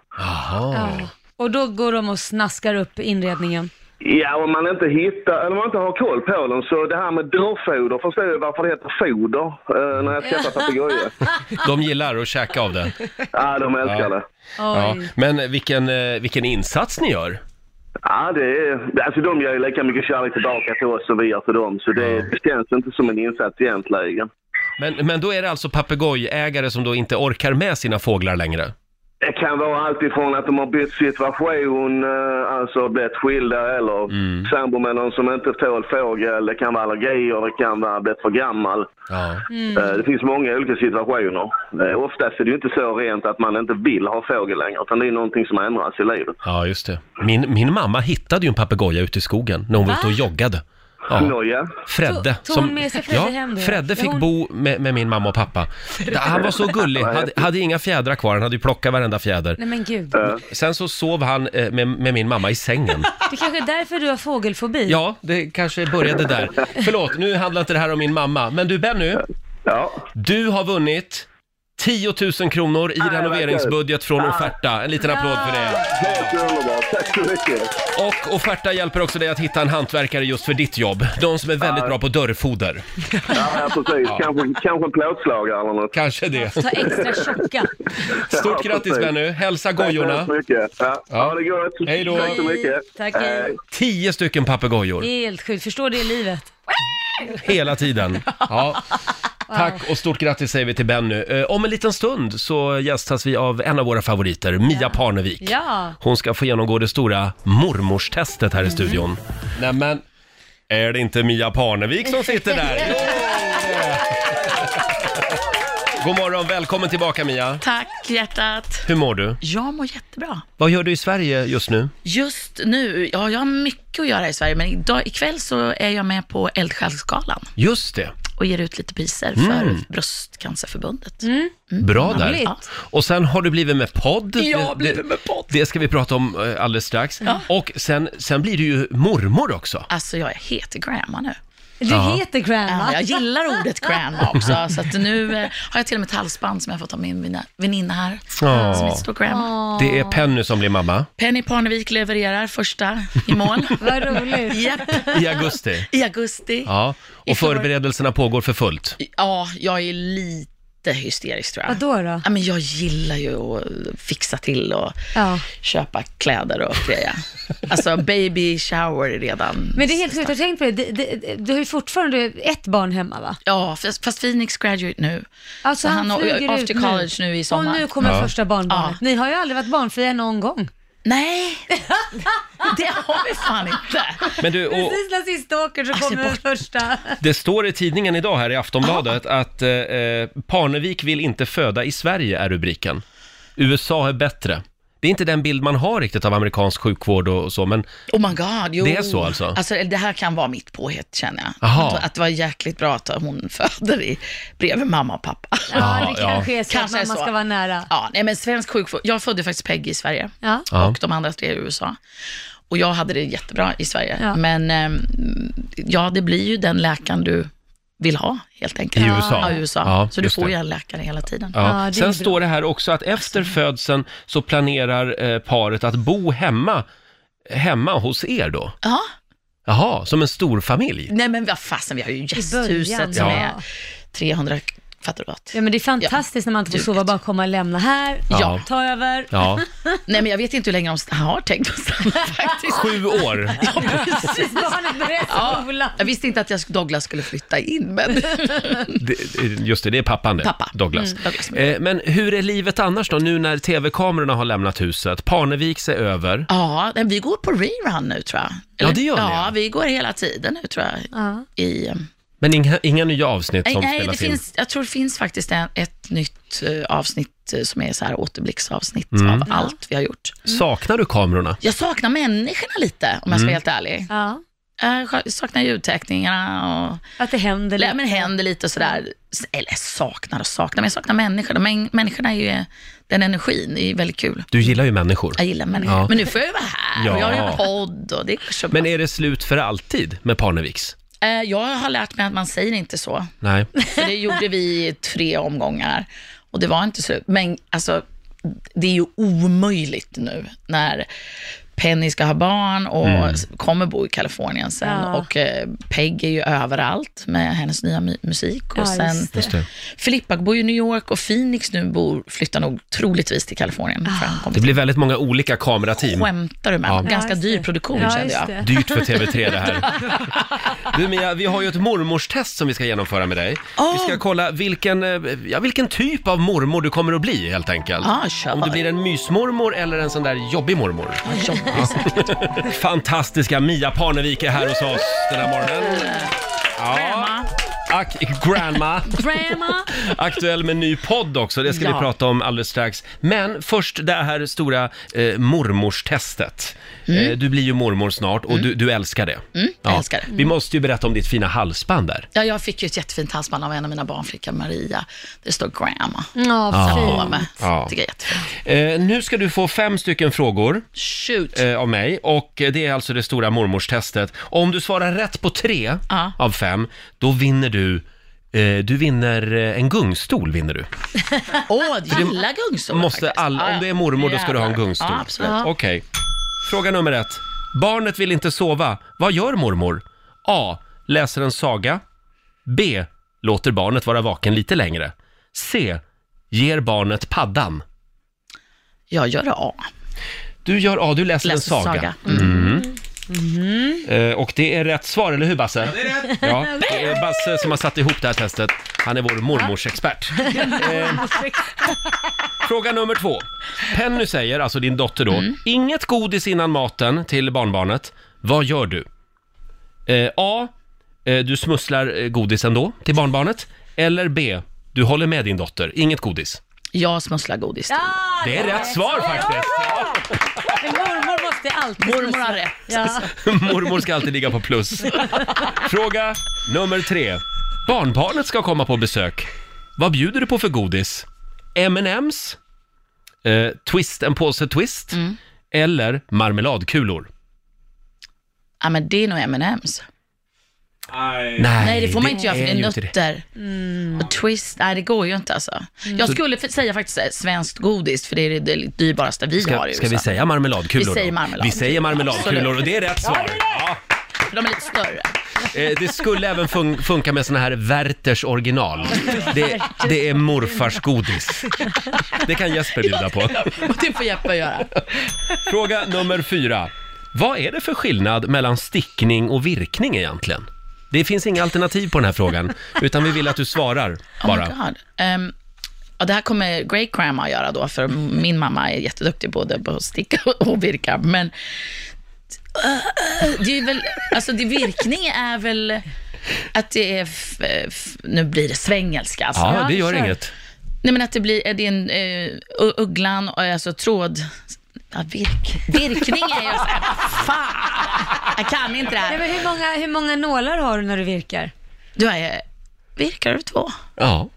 Jaha.
Ja. Och då går de och snaskar upp inredningen.
Ja, om man inte hittar, eller om man inte har koll på dem, så det här med drårfoder förstår jag varför det heter foder eh, när jag träffar papegojor.
De gillar att käka av det.
Ja, de älskar
Ja.
det.
Ja.
Oj.
Men vilken, eh, vilken insats ni gör!
Ja, det är, alltså de ger ju lika mycket kärlek tillbaka till oss som vi gör till dem, så det, det känns inte som en insats egentligen.
Men, men då är det alltså papegojägare som då inte orkar med sina fåglar längre?
Det kan vara allt ifrån att de har bytt situation, eh, alltså blivit skilda eller
Mm.
sambo med någon som inte tål fågel. Det kan vara allergier, det kan vara blivit för gammal.
Ja.
Mm.
Eh, Det finns många olika situationer. Eh, Oftast är det ju inte så rent att man inte vill ha fågel längre, utan det är någonting som ändras i livet.
Ja, just det. Min, min mamma hittade ju en papegoja ute i skogen när hon var ute och joggade. Ja.
Nåja.
Fredde.
Tog- tog hon med sig Fredde
ja,
hem då?
Fredde
Ja,
fick
hon-
bo med, med min mamma och pappa. Han var så gullig, hade, hade inga fjädrar kvar, han hade ju plockat varenda fjäder.
Nej men gud.
eh.
Sen så sov han eh, med, med min mamma i sängen.
Det kanske är därför du har fågelfobi.
Ja, det kanske började där. Förlåt, nu handlar inte det här om min mamma. Men du Benny,
Ja.
du har vunnit 10 000 kronor i renoveringsbudget från Offerta. En liten applåd för det.
Helt underbart. Tack så mycket.
Och Offerta hjälper också dig att hitta en hantverkare just för ditt jobb. De som är väldigt bra på dörrfoder.
Ja, ja precis. Kanske, kanske en plåtslagare eller något.
Kanske det.
Ta extra tjocka.
Stort
Ja,
grattis
precis.
Benny. Hälsa
Tack så hemskt
gojorna.
mycket. Ja.
Ja.
Ha det gott.
Hej då.
Tack så mycket.
Tack, hej.
Hej.
Tio stycken papegojor
Helt sjukt, förstår det i livet.
hela tiden. Ja. Tack och stort grattis säger vi till Benny. Eh, Om en liten stund så gästas vi av en av våra favoriter, Mia Parnevik.
Ja.
Hon ska få genomgå det stora mormorstestet här i studion.
Mm.
Nämen, är det inte Mia Parnevik som sitter där? God morgon, välkommen tillbaka Mia.
Tack hjärtat.
Hur mår du?
Jag mår jättebra.
Vad gör du i Sverige just nu?
Just nu, ja jag har mycket att göra i Sverige, men idag, ikväll så är jag med på Eldsjälsgalan
Just det, Mm.
och ger ut lite priser för Bröstcancerförbundet.
Mm.
bra där.
Roligt.
Och sen har du blivit med podd.
Jag har
Det-
blivit
det-
med podd.
Det ska vi prata om eh, alldeles strax. Och sen, sen blir du ju mormor också.
Alltså jag heter grandma nu.
Du
Ja,
heter grandma.
jag gillar ordet grandma också, så att nu eh, har jag till och med ett halsband som jag fått av min vina- väninna här,
Ja.
som heter Stor Grandma.
Det är Penny som blir mamma
Penny Parnevik levererar första i mål.
Vad roligt.
Japp,
i augusti.
i augusti.
Ja,
I
och
för-
förberedelserna pågår för fullt.
Ja, jag är lite hysterisk tror jag.
Vadå då?
Ja, men jag gillar ju att fixa till och
Ja.
köpa kläder och grejer. Alltså baby shower är redan.
Men det är helt sjukt, jag har tänkt på det. det, det, det du har ju fortfarande ett barn hemma va?
Ja, fast fast Phoenix graduate nu.
Alltså
Så han har-
flyger
after
ut
college nu i sommar.
Och nu kommer
Ja.
första barnbarnet.
Ja.
Ni har ju aldrig varit barnfria någon gång.
Nej, det har vi fan inte.
Men du, och
Precis när sista åker så
Alltså,
kommer den första.
det står i tidningen idag här i Aftonbladet att eh, eh, Parnevik vill inte föda i Sverige är rubriken. USA är bättre. Det är inte den bild man har riktigt av amerikansk sjukvård och och så, men
Oh my god, jo.
Det är så alltså?
Det här kan vara mitt påhitt känner jag.
Aha.
Att, att det var jäkligt bra att hon föder i, bredvid mamma och pappa.
Ja,
Ja,
det
ja.
kanske är så
Kanske är
att mamma
så.
ska vara nära.
Ja, nej men svensk sjukvård. Jag födde faktiskt Peggy i Sverige
Ja.
Ja.
och de andra tre i USA. Och jag hade det jättebra i Sverige.
Ja.
Men ehm, ja, det blir ju den läkaren du vill ha helt enkelt.
I USA.
Ja, i USA.
Ja,
så du
just
får ju
det.
en läkare hela tiden.
Ja.
Ja, det är
Sen
bra.
står det här också att efter
Alltså.
födseln så planerar eh, paret att bo hemma, hemma hos er då.
Ja.
Jaha, som en stor familj.
Nej men vad fasen, vi har ju gästhuset
början,
som
ja.
är 300 Fattar du gott?
Ja, men det är fantastiskt när man inte får sova, bara komma och lämna här,
Ja.
ta över.
Ja.
Nej, men jag vet inte hur länge de st- har tänkt att stanna faktiskt.
Sju år.
Ja, precis.
Barnet börjar skolan.
Jag visste inte att jag, Douglas skulle flytta in, men...
Det- Just det, det är pappan det.
Pappa.
Douglas.
Mm, Douglas.
Eh, Men hur är livet annars då, nu när tv-kamerorna har lämnat huset? Parneviks är över.
Ja, men vi går på rerun nu tror jag.
Ja, det gör ni,
Ja,
ja.
vi går hela tiden nu tror jag.
Ja.
I, eh,
Men inga, inga nya avsnitt som
nej, det
spelas in?
finns, jag tror det finns faktiskt en, ett nytt eh, avsnitt eh, som är så här återblicksavsnitt
Mm.
av allt vi har gjort. Mm.
Saknar du kamerorna?
Jag saknar människorna lite, om jag
Mm.
ska vara helt ärlig.
Ja,
Jag saknar ljudteckningarna och
att det händer
Nej, men händer lite och sådär. S- Eller saknar och saknar, men jag saknar människor. De mäng- människorna är ju, den energin är ju väldigt kul.
Du gillar ju människor.
Jag gillar människor.
Ja.
Men nu får jag ju vara här och jag har ju
Ja.
en podd och det går så bra.
Men är det slut för alltid med Parneviks?
Eh, Jag har lärt mig att man säger inte så.
Nej.
För det gjorde vi i tre omgångar och det var inte så. Men alltså, det är ju omöjligt nu när Penny ska ha barn och
Mm.
kommer bo i Kalifornien sen.
Ja.
Och eh, Peg är ju överallt med hennes nya mu- musik. Och
Ja,
sen
just
Just det.
Filippa bor ju i New York och Phoenix nu bor, flyttar nog troligtvis till Kalifornien. för han kommer
Det blir väldigt många olika kamerateam.
Skämtar du med
Ja.
mig? Ganska
Ah. Ja, just
dyr
det.
produktion
Ja,
kände
just
jag.
det.
Dyrt för TV3 det här. Du Mia, vi har ju ett mormorstest som vi ska genomföra med dig. Vi ska kolla vilken, eh, ja, vilken typ av mormor du kommer att bli helt enkelt.
Ah, kör
Om du
bara. Ah,
blir en mysmormor eller en sån där jobbig mormor. Fantastiska Mia Parnevik är här hos oss den här morgonen. Ja. Ak- grandma.
Grandma.
Aktuell med ny podd också, det ska vi
Ja.
prata om alldeles strax. Men först det här stora eh, mormorstestet.
Mm.
Eh, du blir ju mormor snart och du, du älskar det.
jag Mm, älskar det.
Vi måste ju berätta om ditt fina halsband där.
Ja, jag fick ju ett jättefint halsband av en av mina barnflickor, Maria. Det står grandma.
Ja,
På
fint.
med.
Ja.
Tycker jag är jättefint.
Eh, nu ska du få fem stycken frågor
Shoot.
eh, av mig och eh, det är alltså det stora mormorstestet. Om du svarar rätt på tre
Ja.
av fem, då vinner du eh, du vinner eh, en gungstol. vinner du.
Åh, jag gillar gungstol
Måste
faktiskt.
all,
Ja, ja.
om det är mormor då ska du ha en
Jävlar.
gungstol.
Ja, absolut.
Okej. Fråga nummer ett. Barnet vill inte sova. Vad gör mormor? A. Läser en saga. B. Låter barnet vara vaken lite längre. C. Ger barnet paddan.
Jag gör det A.
Du gör A, du läser,
Läser
en saga. Mm.
saga.
Mm.
Eh, och det är rätt svar, eller hur Basse? Ja, det är rätt! Ja, det är Basse som har satt ihop det här testet. Han är vår mormorsexpert. Eh, Fråga nummer två. Penny säger, alltså din dotter då, inget godis innan maten till barnbarnet. Vad gör du? Eh, A. Eh, du smusslar eh, godis ändå till barnbarnet. Eller B. Du håller med din dotter, inget godis.
Jag smusslar godis. till.
Ja,
Det är rätt svar faktiskt!
men mormor måste alltid
Mormor har
smussla.
rätt.
Ja.
Mormor ska alltid ligga på plus. Fråga nummer tre. Barnbarnet ska komma på besök. Vad bjuder du på för godis? M&M's? Eh, twist, en påse twist? Eller marmeladkulor?
Ja, men det är nog M&M's.
Nej,
Nej, det får man inte göra för det
ju
är
inte det.
nötter.
Mm.
Och twist, nej det går ju inte alltså.
Mm.
Jag skulle f- säga faktiskt eh, svenskt godis, för det är det- det dyrbaraste vi har
Ska,
i
ska vi
USA.
säga marmeladkulor
Vi säger
då?
marmelad.
Vi säger marmeladkulor och det är rätt svar. Ja.
För de är lite större.
Eh, det skulle även fun- funka med såna här Werthers original. Det, det är morfars godis. Det kan Jesper bjuda på.
Och det får Jeppe göra.
Fråga nummer fyra. Vad är det för skillnad mellan stickning och virkning egentligen? Det finns inga alternativ på den här frågan, utan vi vill att du svarar
Oh
bara.
my God. Ehm, ja, det här kommer great grandma göra då, för min mamma är jätteduktig både på att sticka och virka. Men eh, det är väl, alltså det, virkning är väl att det är, f, f, nu blir det svengelska alltså.
ja, det gör
kör.
inget.
Nej men att det blir, är det en eh, u- ugglan, och alltså tråd, ja, virk, virkning är ju såhär, fan, jag kan inte det
Nej,
här.
men hur, många, hur många nålar har du när du virkar?
Du eh, är, virkar du två?
Ja.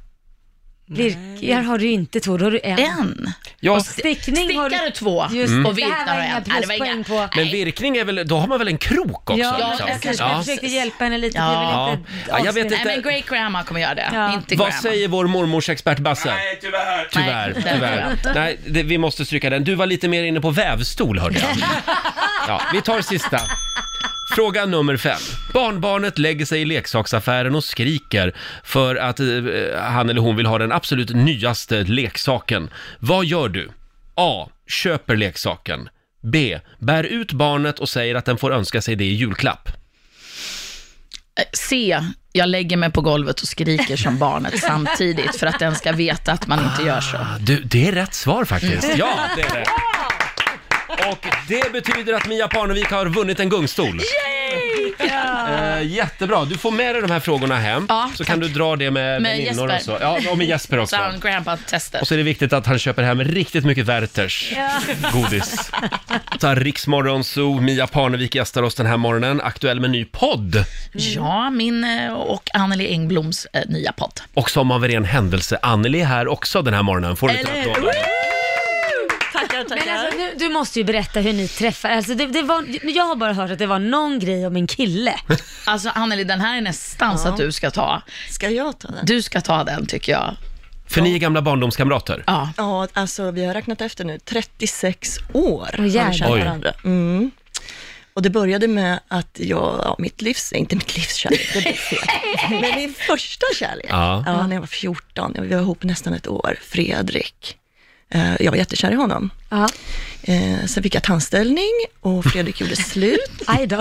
Virkar har du inte två, då har du en.
En?
ja.
Stickning har
Stickar
du...
du två
Just
Mm.
det,
och
det
virkar
här var
har
inga
en? Nej, det var
pluspoäng
inga-
på.
Men virkning är väl, då har man väl en krok också?
Ja,
liksom?
jag kanske
Ja.
försökte hjälpa henne lite.
Ja.
Det är väl inte
Ja, jag vet
avsnitt.
Nej men great grandma kommer göra det,
Ja.
inte grandma.
Vad säger vår mormorsexpert Basse? Nej,
tyvärr.
tyvärr.
Nej,
tyvärr. Nej, det, vi måste stryka den. Du var lite mer inne på vävstol hörde jag. Ja, vi tar sista. Fråga nummer fem. Barnbarnet lägger sig i leksaksaffären och skriker för att eh, han eller hon vill ha den absolut nyaste leksaken. Vad gör du? A. Köper leksaken. B. Bär ut barnet och säger att den får önska sig det i julklapp.
Eh, C. Jag lägger mig på golvet och skriker som barnet samtidigt för att den ska veta att man inte gör så.
Du, det är rätt svar faktiskt. Ja, det är det. Och det betyder att Mia Parnevik har vunnit en gungstol. Eh, jättebra, du får med dig de här frågorna hem.
Ja,
så
tack.
kan du dra det med
Med
väninnor
Jesper.
och så. Ja, och med Jesper också.
Så han grandpa-tester.
Och så är det viktigt att han köper hem riktigt mycket Werthers godis. Så här, Riksmorgon Zoo, Mia Parnevik gästar oss den här morgonen. Aktuell med ny podd.
Ja, min eh, och Anneli Engbloms eh, nya podd.
Och som av en ren händelse, Anneli är här också den här morgonen. Får en liten
Eller
applåd.
hur?
Tackar, tackar.
Men alltså, nu, du måste ju berätta hur ni träffar. Alltså, det, det var, jag har bara hört att det var någon grej om en kille.
Alltså Anneli, den här är nästan så att du ska ta.
Ska jag ta den?
Du ska ta den tycker jag.
För ni är gamla barndomskamrater.
Ja.
Ja, alltså vi har räknat efter nu, 36 år
Åh,
har vi
jävlar.
känt
Oj.
varandra. Mm. Och det började med att jag, ja, mitt livs, inte mitt livs kärlek, det blev fel. Men min första kärlek,
Ja.
ja. när jag var 14, vi var ihop nästan ett år, Fredrik. Eh, Jag var jättekär i honom.
Ja.
Eh, Sen fick jag tandställning och Fredrik gjorde slut.
Aj då.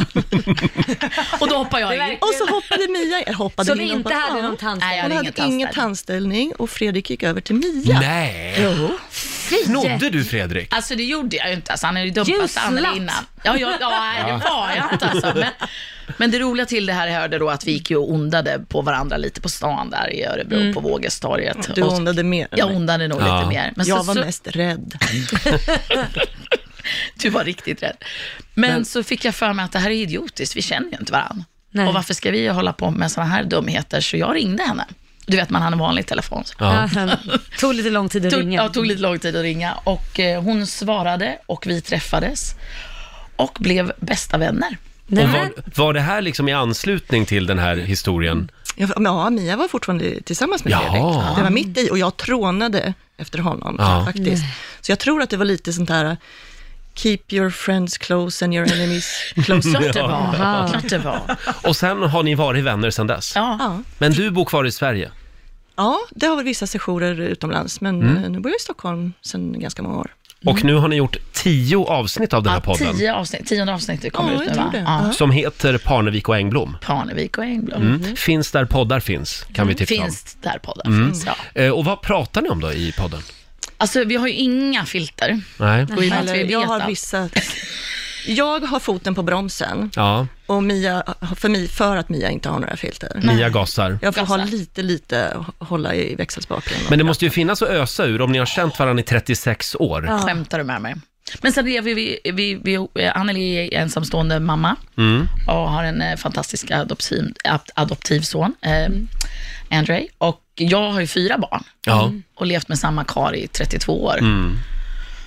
Och då hoppar jag in.
Och så hoppade Mia eller hoppade
Som
in och
inte
bara,
hade
ja.
någon tand.
Nej, jag
Hon
hade
hade
inget
ingen
tandställning.
tandställning och Fredrik gick över till Mia.
Nej!
Jo.
Snodde du Fredrik?
Alltså det gjorde jag ju inte. Alltså, han hade ju
You
dumpat
slut.
Anneli innan. Ja, ja, ja, nej, det var jag inte alltså. Men, men det roliga till det här jag hörde då att vi gick ju och ondade på varandra lite på stan där i Örebro, på Vågestorget.
Mm. Du
Och så-
ondade mer än
Jag
mig.
ondade nog
Ja.
lite mer. Men
Jag
så,
var
så,
mest rädd.
Du var riktigt rädd. Men, så fick jag för mig att det här är idiotiskt, vi känner ju inte varandra.
Nej.
Och varför ska vi hålla på med sådana här dumheter? Så jag ringde henne. Du vet, man har en vanlig telefon.
Ja.
Tog lite lång tid att
Tog,
ringa.
ja, tog lite lång tid att ringa och eh, hon svarade och vi träffades och blev bästa vänner.
Nej,
Och
men,
var, var det här liksom i anslutning till den här historien?
Ja, men Ja, Mia var fortfarande tillsammans med
Jaha.
Fredrik. Det var mitt i och jag trånade efter honom
Ja.
faktiskt. Så jag tror att det var lite sånt här Keep your friends close and your enemies closer.
Klart det var.
Aha.
Klart det var.
Och sen har ni varit vänner sedan dess?
Ja.
ja.
Men du bor kvar i Sverige?
ja, det har varit vissa sessioner utomlands, men eh, nu bor jag i Stockholm sedan ganska många år.
Mm. Och nu har ni gjort tio avsnitt av den här
Ja,
podden.
tio avsnitt, tionde avsnittet kommer
Ja,
ut nu
jag
va?
tror det.
Ja.
Som heter Parnevik och Engblom.
Parnevik och Engblom. Mm,
Mm. Finns där poddar finns, kan vi tipsa
Finns där podden finns, ja.
om. Eh, Och vad pratar ni om då i podden?
Alltså vi har ju inga filter.
Nej.
Och i och med att vi
Eller,
vet
jag har
allt.
vissa... Jag har foten på bromsen
Ja,
och Mia, för, mig, för att Mia inte har några filter.
Mia gasar.
Jag får ha
Gasa.
lite, lite hålla i växelspaken.
Men det måste ju finnas att ösa ur om ni har känt varandra i 36 år.
Skämtar du med mig? Men sen lever vi, vi, vi, vi Anneli är ensamstående mamma
Mm.
och har en eh, fantastisk adoptiv, ad- adoptivson, eh,
Mm.
Andre. Och jag har ju fyra barn
Ja,
och levt med samma kar i 32 år.
Mm.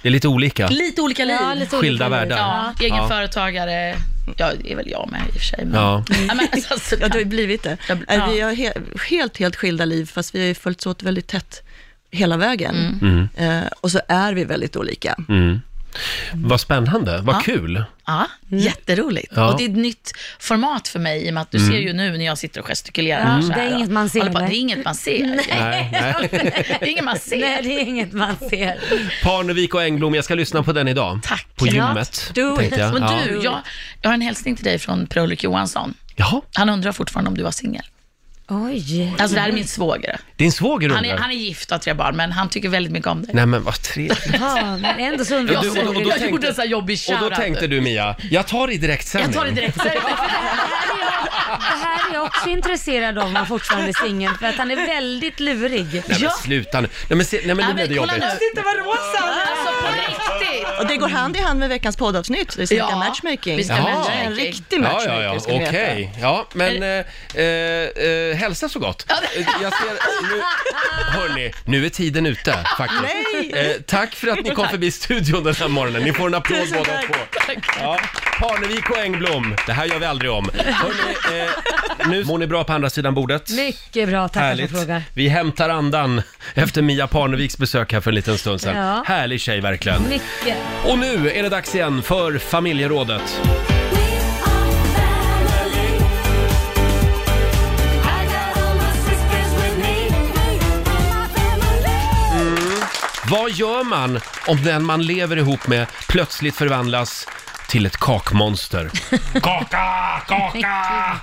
det är lite olika.
Lite olika liv.
ja, lite
Skilda
olika
världar.
Ja, egen
Ja.
företagare. Ja, det är väl jag med i och för sig. Men,
Ja.
Ja, men, alltså, så,
Ja, det har ju blivit det.
Jag bl-
Äh,
ja.
Vi har he- helt, helt skilda liv, fast vi har ju följts åt väldigt tätt hela vägen.
Mm.
Eh, och så är vi väldigt olika.
Vad spännande, vad kul.
ja,
Mm.
jätteroligt.
Ja. Mm.
Och det är ett nytt format för mig i och med att du ser ju nu när jag sitter och gestikulerar här, så
Mm. det är
här,
inget man
och
ser,
håller på-
nej.
Det är inget man ser.
Nej, nej.
Det är inget man ser.
Nej, det är inget man ser.
Parnevik och Engblom, jag ska lyssna på den idag.
Tack.
På
Ja.
gymmet,
Do it.
tänkte jag.
Men
Ja.
du, jag, jag har en hälsning till dig från Per-Olle Johansson.
Jaha,
Han undrar fortfarande om du var singel.
Oj.
Alltså det här är min svåger.
din svåger
Han är, han
undrar.
är gift och har tre barn, men han tycker väldigt mycket om dig.
Nej men vad trevligt.
Ja, men ändå så
Och
undrar
du- och då- och då
jag
jag.
gjorde
tänkte-
en sån här jobbig
Och
shoutout.
då tänkte du Mia, jag tar det i direktsändning.
Jag tar det direkt.
Det här är jag också intresserad av om han fortfarande är singel, för att han är väldigt lurig.
Nej men
Ja.
sluta nu. Nej men, se, nej, men nu
Nej,
blev det
men kolla
jobbigt.
nu.
inte vad rosa
Alltså på riktigt.
Och det går hand i hand med veckans poddavsnitt. Vi ska
Ja,
ja, matchmaking.
vi ska
Det är
matchmaking.
En riktig
Ja,
matchmaker
ja, ja,
ska ni
okej.
veta.
Ja, men eh, eh, eh, hälsa så gott. Eh, Jag ser, nu, hörni, nu är tiden ute faktiskt. Eh, tack för att ni kom förbi studion den här morgonen. Ni får en applåd
Tusen
båda
tack.
två. Ja, Parnevik och Engblom, det här gör vi aldrig om. Hörni, eh, nu mår ni bra på andra sidan bordet.
Mycket bra, tackar som frågar.
Vi hämtar andan efter Mia Parneviks besök här för en liten stund sedan.
Ja.
Härlig tjej verkligen.
Mycket.
Och nu är det dags igen för familjerådet.
We are family.
Mm. Vad gör man om den man lever ihop med plötsligt förvandlas till ett kakmonster? Kaka! Kaka!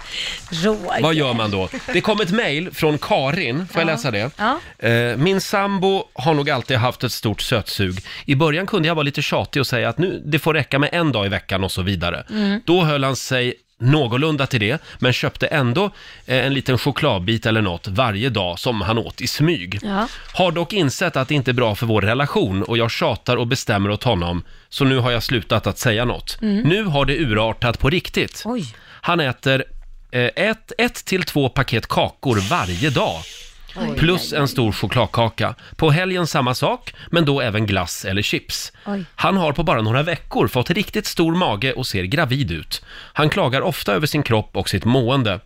Roger.
Vad gör man då? Det kom ett mejl från Karin, får jag
Ja.
läsa det?
Ja.
Eh, Min sambo har nog alltid haft ett stort sötsug. I början kunde jag vara lite tjatig och säga att nu, det får räcka med en dag i veckan och så vidare.
Mm.
Då höll han sig någorlunda till det, men köpte ändå eh, en liten chokladbit eller något varje dag som han åt i smyg.
Ja.
Har dock insett att det inte är bra för vår relation och jag tjatar och bestämmer åt honom, så nu har jag slutat att säga något.
Mm.
Nu har det urartat på riktigt. Han äter eh, ett, ett till två paket kakor varje dag.
Oj.
Plus en stor chokladkaka. På helgen samma sak, men då även glass eller chips.
Oj.
Han har på bara några veckor fått riktigt stor mage och ser gravid ut. Han klagar ofta över sin kropp och sitt mående.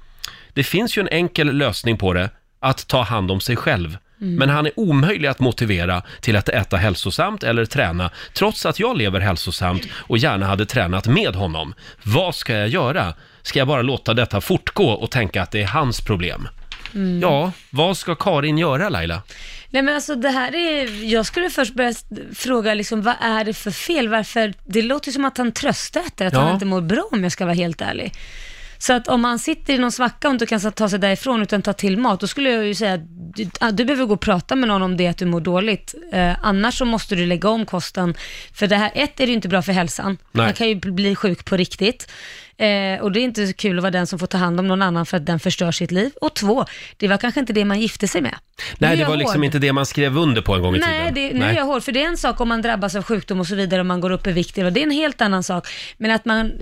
Det finns ju en enkel lösning på det, att ta hand om sig själv.
Mm.
Men han är omöjlig att motivera till att äta hälsosamt eller träna, trots att jag lever hälsosamt och gärna hade tränat med honom. Vad ska jag göra? Ska jag bara låta detta fortgå och tänka att det är hans problem?
Mm.
Ja, vad ska Karin göra Laila?
Nej men alltså det här är, jag skulle först börja s- fråga liksom vad är det för fel? Varför, det låter ju som att han tröstäter, att
Ja.
han inte mår bra om jag ska vara helt ärlig. Så att om han sitter i någon svacka och inte kan ta sig därifrån utan ta till mat, då skulle jag ju säga att du, ah, du behöver gå och prata med någon om det att du mår dåligt. Eh, annars så måste du lägga om kosten. För det här, ett är det ju inte bra för hälsan.
Nej.
Man kan ju bli sjuk på riktigt. Eh, och det är inte så kul att vara den som får ta hand om någon annan för att den förstör sitt liv. Och två, det var kanske inte det man gifte sig med. Nu
Nej,
är
det
jag
var liksom
hård.
inte det man skrev under på en gång i
Nej,
tiden.
det, nu är jag hård. För det är en sak om man drabbas av sjukdom och så vidare, om man går upp i vikt, och det är en helt annan sak. Men att man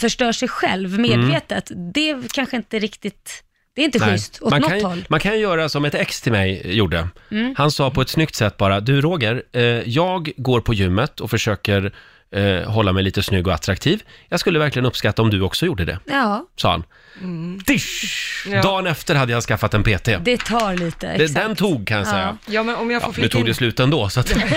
förstör sig själv medvetet, det kanske inte riktigt, det är inte
Mm. Nej.
schysst åt
man
något
kan, ju-
håll.
Man kan ju göra som ett ex till mig gjorde.
Mm.
Han sa på ett snyggt sätt bara, du Roger, eh, jag går på gymmet och försöker eh, hålla mig lite snygg och attraktiv. Jag skulle verkligen uppskatta om du också gjorde det,
Ja.
sa han.
Mm.
Dish!
Ja.
Dagen efter hade jag skaffat en PT.
Det tar lite,
Det-
exakt.
den tog kan jag säga.
Ja, men om jag får
Ja, nu
flika
tog
in-
det slut ändå, så att...
Trots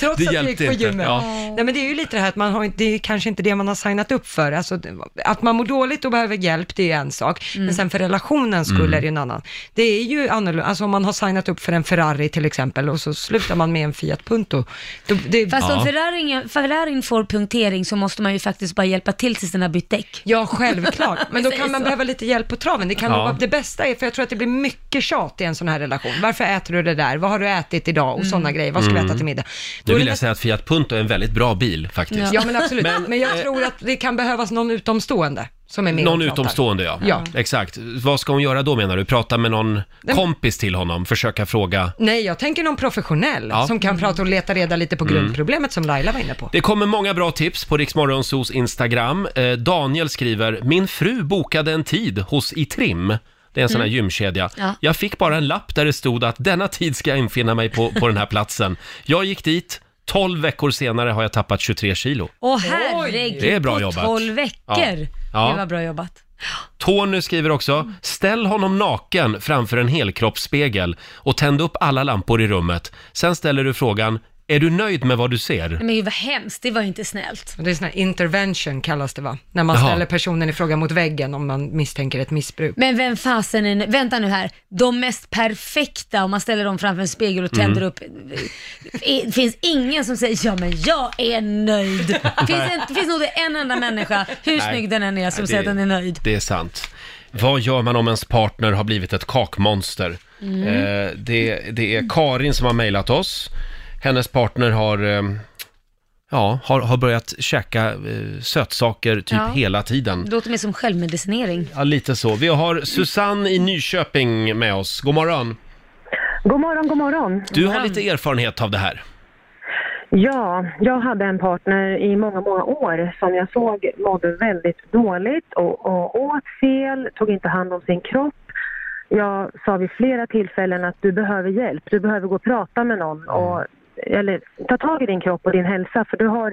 Det
att du gick
hjälpte
på
inte,
gymmet.
ja.
Nej, men det är ju lite det här att man har, inte- det är kanske inte det man har signat upp för. Alltså, att man mår dåligt och behöver hjälp, det är en sak.
Mm.
Men sen för relationens skull
Mm.
är det en annan. Det är ju annorlunda, alltså om man har signat upp för en Ferrari till exempel och så slutar man med en Fiat Punto. Då, det,
Fast om Ferrarin, Ferrarin får punktering så måste man ju faktiskt bara hjälpa till tills den har bytt däck.
Ja, självklart. Men då
Vi säger
kan man
så.
behöva lite hjälp på traven. Det, kan
Ja.
nog vara, det bästa är, för jag tror att det blir mycket tjat i en sån här relation. Varför äter du det där? Vad har du ätit idag? Och sådana grejer. Vad ska vi äta
Mm.
till middag? Då
Nu
är
vill
det
jag säga att Fiat Punto är en väldigt bra bil faktiskt.
Ja, men absolut. Men, jag
eh,
tror att det kan behövas någon utomstående som är med
Någon
och pratar.
utomstående ja.
Ja.
Exakt. Vad ska hon göra då menar du? Prata med någon
Nej.
kompis till honom? Försöka fråga?
Nej, jag tänker någon professionell
Ja.
som kan prata och leta reda lite på
Mm.
grundproblemet som Laila var inne på.
Det kommer många bra tips på Riksmorgonsos Instagram. Eh, Daniel skriver, min fru bokade en tid hos Itrim. Det är en sån här
Mm.
gymkedja.
Ja.
Jag fick bara en lapp där det stod att denna tid ska jag infinna mig på, på den här platsen. Jag gick dit, 12 veckor senare har jag tappat 23 kilo.
Åh herregud,
Det är bra
på
jobbat.
12 veckor.
Ja. Ja.
Det var bra jobbat.
Tony skriver också, ställ honom naken framför en helkroppsspegel och tänd upp alla lampor i rummet. Sen ställer du frågan, är du nöjd med vad du ser?
Nej, Men gud vad hemskt, det var ju inte snällt.
Det är sån här intervention kallas det va? När man
Jaha.
ställer personen i fråga mot väggen om man misstänker ett missbruk.
Men vem fasen är, vänta nu här, de mest perfekta om man ställer dem framför en spegel och tänder
Mm.
upp. Det finns ingen som säger ja men jag är nöjd. Det finns, en, det finns nog en enda människa, hur
Nej.
snygg den än är, som
Nej,
säger att
det-
den är nöjd.
Det är sant. Vad gör man om ens partner har blivit ett kakmonster?
Mm.
Eh, det, det är Karin som har mejlat oss. Hennes partner har, eh, ja, har, har börjat käka eh, sötsaker typ
Ja.
hela tiden.
Det låter mer som självmedicinering.
Ja, lite så. Vi har Susanne i Nyköping med oss. God morgon.
God morgon, god morgon.
Du har lite erfarenhet av det här.
Ja, jag hade en partner i många, många år som jag såg mådde väldigt dåligt och, och åt fel, tog inte hand om sin kropp. Jag sa vid flera tillfällen att du behöver hjälp, du behöver gå och prata med någon
Mm.
och eller, ta tag i din kropp och din hälsa för du har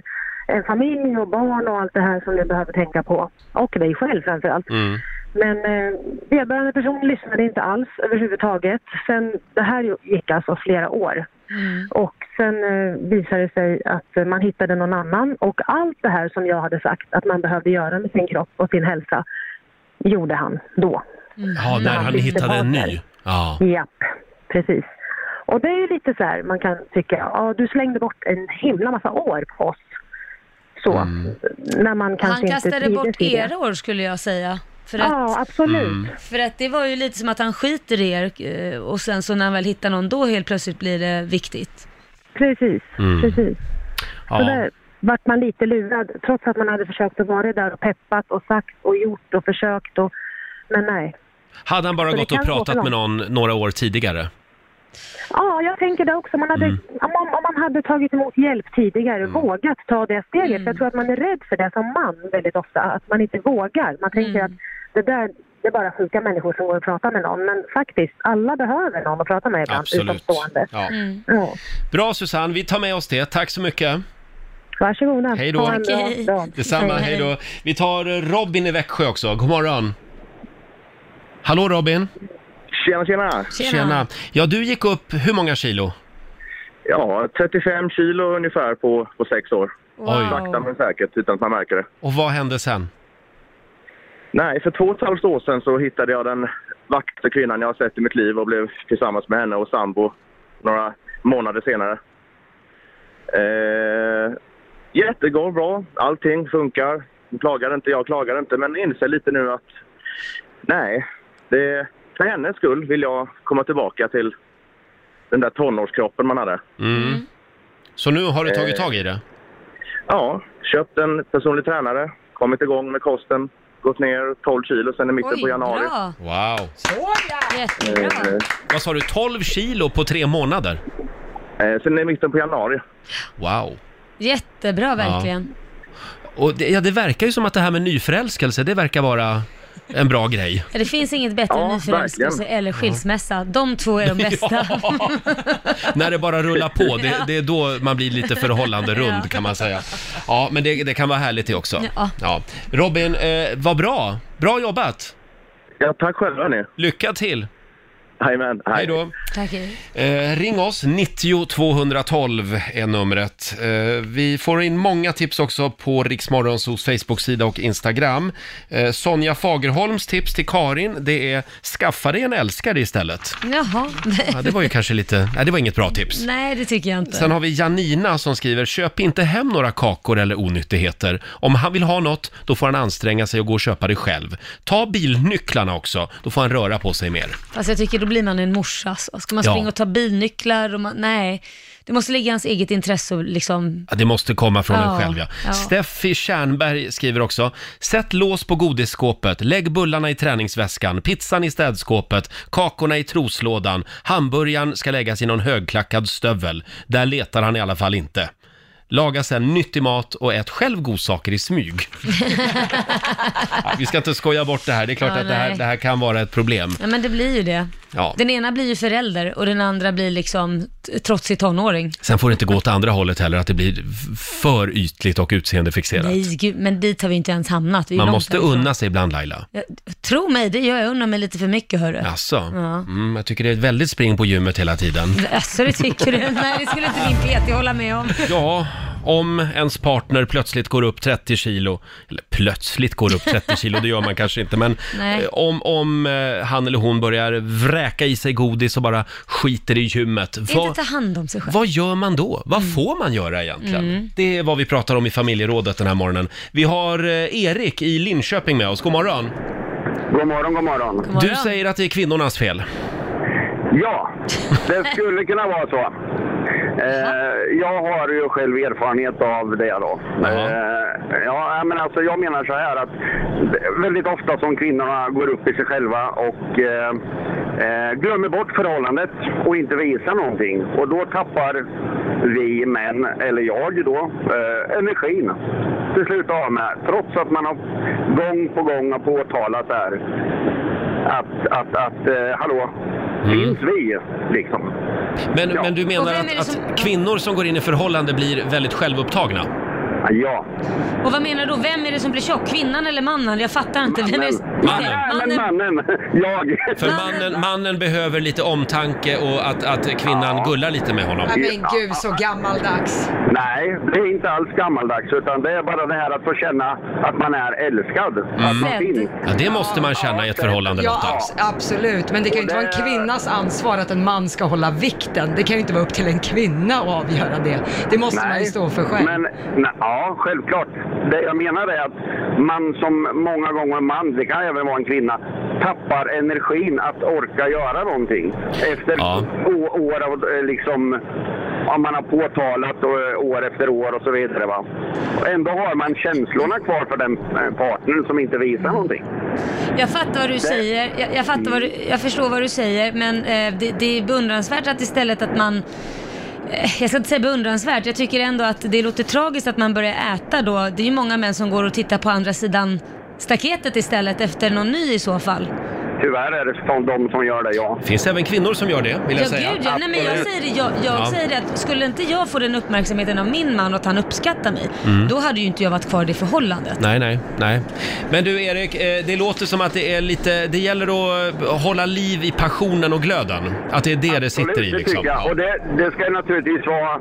en familj och barn och allt det här som du behöver tänka på. Och dig själv framför allt.
Mm.
Men eh, vederbörande person lyssnade inte alls överhuvudtaget. Sen, det här gick alltså flera år.
Mm.
Och sen eh, visade det sig att eh, man hittade någon annan och allt det här som jag hade sagt att man behövde göra med sin kropp och sin hälsa gjorde han då.
Mm.
Ja, när han
bytte
hittade en
partner.
ny. Ja.
Ja, precis. Och det är ju lite så här, man kan tycka, ja du slängde bort en himla massa år på oss. Så,
Mm.
när man kanske
Han
inte
kastade
trivdes
bort
i det.
era år skulle jag säga. För att,
Ja, absolut. Mm.
För att det var ju lite som att han skiter i er eh, och sen så när han väl hittar någon då helt plötsligt blir det viktigt.
Precis,
Mm.
precis. Så
Ja.
där vart man lite lurad, trots att man hade försökt att vara där och peppat och sagt och gjort och försökt och... Men nej.
Hade han bara
Så det
gått och
kan gå för
pratat med någon några år tidigare?
Ja, jag tänker det också. Man hade,
Mm.
om, man, om man hade tagit emot hjälp tidigare, vågat ta det steget.
Mm.
Jag tror att man är rädd för det som man väldigt ofta, att man inte vågar. Man tänker
Mm.
att det där, det är bara sjuka människor som går och pratar med någon. Men faktiskt, alla behöver någon att prata med ibland,
Absolut.
utomstående.
Ja.
Mm.
Ja.
Bra Susanne, vi tar med oss det. Tack så mycket.
Varsågoda.
Hej då.
Ha en bra dag.
Detsamma, hej då. Vi tar eh, Robin i Växjö också. God morgon. Hallå Robin.
Tjena, tjena.
Ja, du gick upp hur många kilo?
Ja, 35 kilo ungefär på, på sex år.
Oj.
Sakta men säkert, utan att man märker det.
Och vad hände sen?
Nej, för två och ett halvt år sedan så hittade jag den vackraste kvinnan jag har sett i mitt liv och blev tillsammans med henne och sambo några månader senare. Eh, jättegår bra, allting funkar. Hon klagar inte, jag klagar inte, men inser lite nu att nej, det, för hennes skull vill jag komma tillbaka till den där tonårskroppen man hade.
Mm. Så nu har du tagit
Eh.
tag i det?
Ja, köpt en personlig tränare, kommit igång med kosten, gått ner 12 kilo sen i mitten på januari.
Wow.
Eh,
Jättebra.
Vad sa du, 12 kilo på tre månader?
Eh, Sen i mitten på januari.
Wow.
Jättebra verkligen.
Och det, ja, det verkar ju som att det här med nyförälskelse, det verkar vara en bra grej.
Ja. Det finns inget bättre
Ja,
än nyförälskelse
verkligen.
eller skilsmässa. De två är de bästa.
När det bara rullar på, det, det är då man blir lite förhållande rund kan man säga. Ja, men det, det kan vara härligt det också.
Ja.
Robin, eh, vad bra! Bra jobbat!
Ja, tack själva ni.
Lycka till!
Jajamän,
hej då!
Tack hej.
Eh, ring oss, 90 212 är numret. Eh, vi får in många tips också på Riksmorgonsos Facebook-sida och Instagram. Eh, Sonja Fagerholms tips till Karin, det är skaffa dig en älskare istället.
Jaha.
Ja, det var ju kanske lite, nej det var inget bra tips.
Nej, det tycker jag inte.
Sen har vi Janina som skriver, köp inte hem några kakor eller onyttigheter. Om han vill ha något, då får han anstränga sig och gå och köpa det själv. Ta bilnycklarna också, då får han röra på sig mer.
Fast Alltså, jag tycker då blir man en morsa. Alltså. Ska man
Ja.
springa och ta bilnycklar? Och man, nej, det måste ligga i hans eget intresse och liksom...
Ja, det måste komma från
Ja,
en själv ja.
ja.
Steffi Kärnberg skriver också, sätt lås på godisskåpet, lägg bullarna i träningsväskan, pizzan i städskåpet, kakorna i troslådan, hamburgaren ska läggas i någon högklackad stövel. Där letar han i alla fall inte. Laga sen nyttig mat och ät själv godsaker i smyg. Ja, vi ska inte skoja bort det här, det är klart
Ja,
att det här,
nej.
det här kan vara ett problem.
Ja, men det blir ju det.
Ja.
Den ena blir ju förälder och den andra blir liksom t- trotsig tonåring.
Sen får det inte gå åt andra hållet heller, att det blir f- för ytligt och utseendefixerat.
Nej, gud, men dit har vi inte ens hamnat. Vi är
Man
långt
måste
härifrån.
unna sig ibland Laila.
Ja, Tro mig, det gör jag. Jag unnar mig lite för mycket, hörru.
Alltså,
Ja.
mm, jag tycker det är ett väldigt spring på gymmet hela tiden.
Alltså, det tycker du? Nej, det skulle inte min PT hålla med om.
Ja, om ens partner plötsligt går upp 30 kilo, eller plötsligt går upp 30 kilo, det gör man kanske inte, men
Nej.
eh, om, om eh, han eller hon börjar vräka i sig godis och bara skiter i gymmet,
Inte
vad,
ta hand om sig själv.
vad gör man då? Vad får man göra egentligen?
Mm.
Det är vad vi pratar om i familjerådet den här morgonen. Vi har eh, Erik i Linköping med oss, god morgon.
God morgon, god morgon.
Du säger att det är kvinnornas fel.
Ja, det skulle kunna vara så. Eh, jag har ju själv erfarenhet av det då. Eh, ja, men alltså jag menar så här att väldigt ofta som kvinnorna går upp i sig själva och eh, eh, glömmer bort förhållandet och inte visar någonting. Och då tappar vi män, eller jag då, eh, energin till slut av med. Trots att man har gång på gång har påtalat det här. Att, att, att eh, hallå, finns vi liksom?
Mm. Men, men du menar
Och vem
att,
är det som-
att kvinnor som går in i förhållande blir väldigt självupptagna?
Ah, Ja.
Och vad menar du då? Vem är det som blir tjock? Kvinnan eller mannen? Jag fattar inte. Vem är det?
Nej, men mannen. Jag.
För mannen, mannen behöver lite omtanke och att, att kvinnan gullar lite med honom.
Nej, men gud så gammaldags.
Nej, det är inte alls gammaldags, utan det är bara det här att få känna att man är älskad. Att man finns.
Mm. Ja, det måste man känna i ett förhållande
Ja,
Lotta.
abs- absolut. Men det kan ju inte vara en kvinnas ansvar att en man ska hålla vikten. Det kan ju inte vara upp till en kvinna att avgöra det. Det måste man ju stå för själv.
Men, nej, ja, självklart. Det jag menar är att man som många gånger man, det kan även vara en kvinna, tappar energin att orka göra någonting. Efter å- år av eh, liksom, ja, man har påtalat och, eh, år efter år och så vidare. Va? Och ändå har man känslorna kvar för den eh, partnern som inte visar någonting.
Jag fattar vad du säger. Jag, jag, fattar vad du,
Mm.
jag förstår vad du säger, men eh, det, det är beundransvärt att istället att man eh, jag ska inte säga beundransvärt, jag tycker ändå att det låter tragiskt att man börjar äta då. Det är ju många män som går och tittar på andra sidan staketet istället efter någon ny i så fall.
Tyvärr är det som de som gör det, ja.
Finns även kvinnor som gör det, vill jag
ja,
säga.
Gud, ja. Nej, men jag
Absolut.
säger det, jag, jag
Ja.
säger det att skulle inte jag få den uppmärksamheten av min man och att han uppskattar mig,
Mm.
då hade ju inte jag varit kvar i det förhållandet.
Nej, nej, nej. Men du Erik, eh, det låter som att det är lite, det gäller att eh, hålla liv i passionen och glöden. Att det är det det sitter i
Det
liksom.
tycker jag. Och det, det ska naturligtvis vara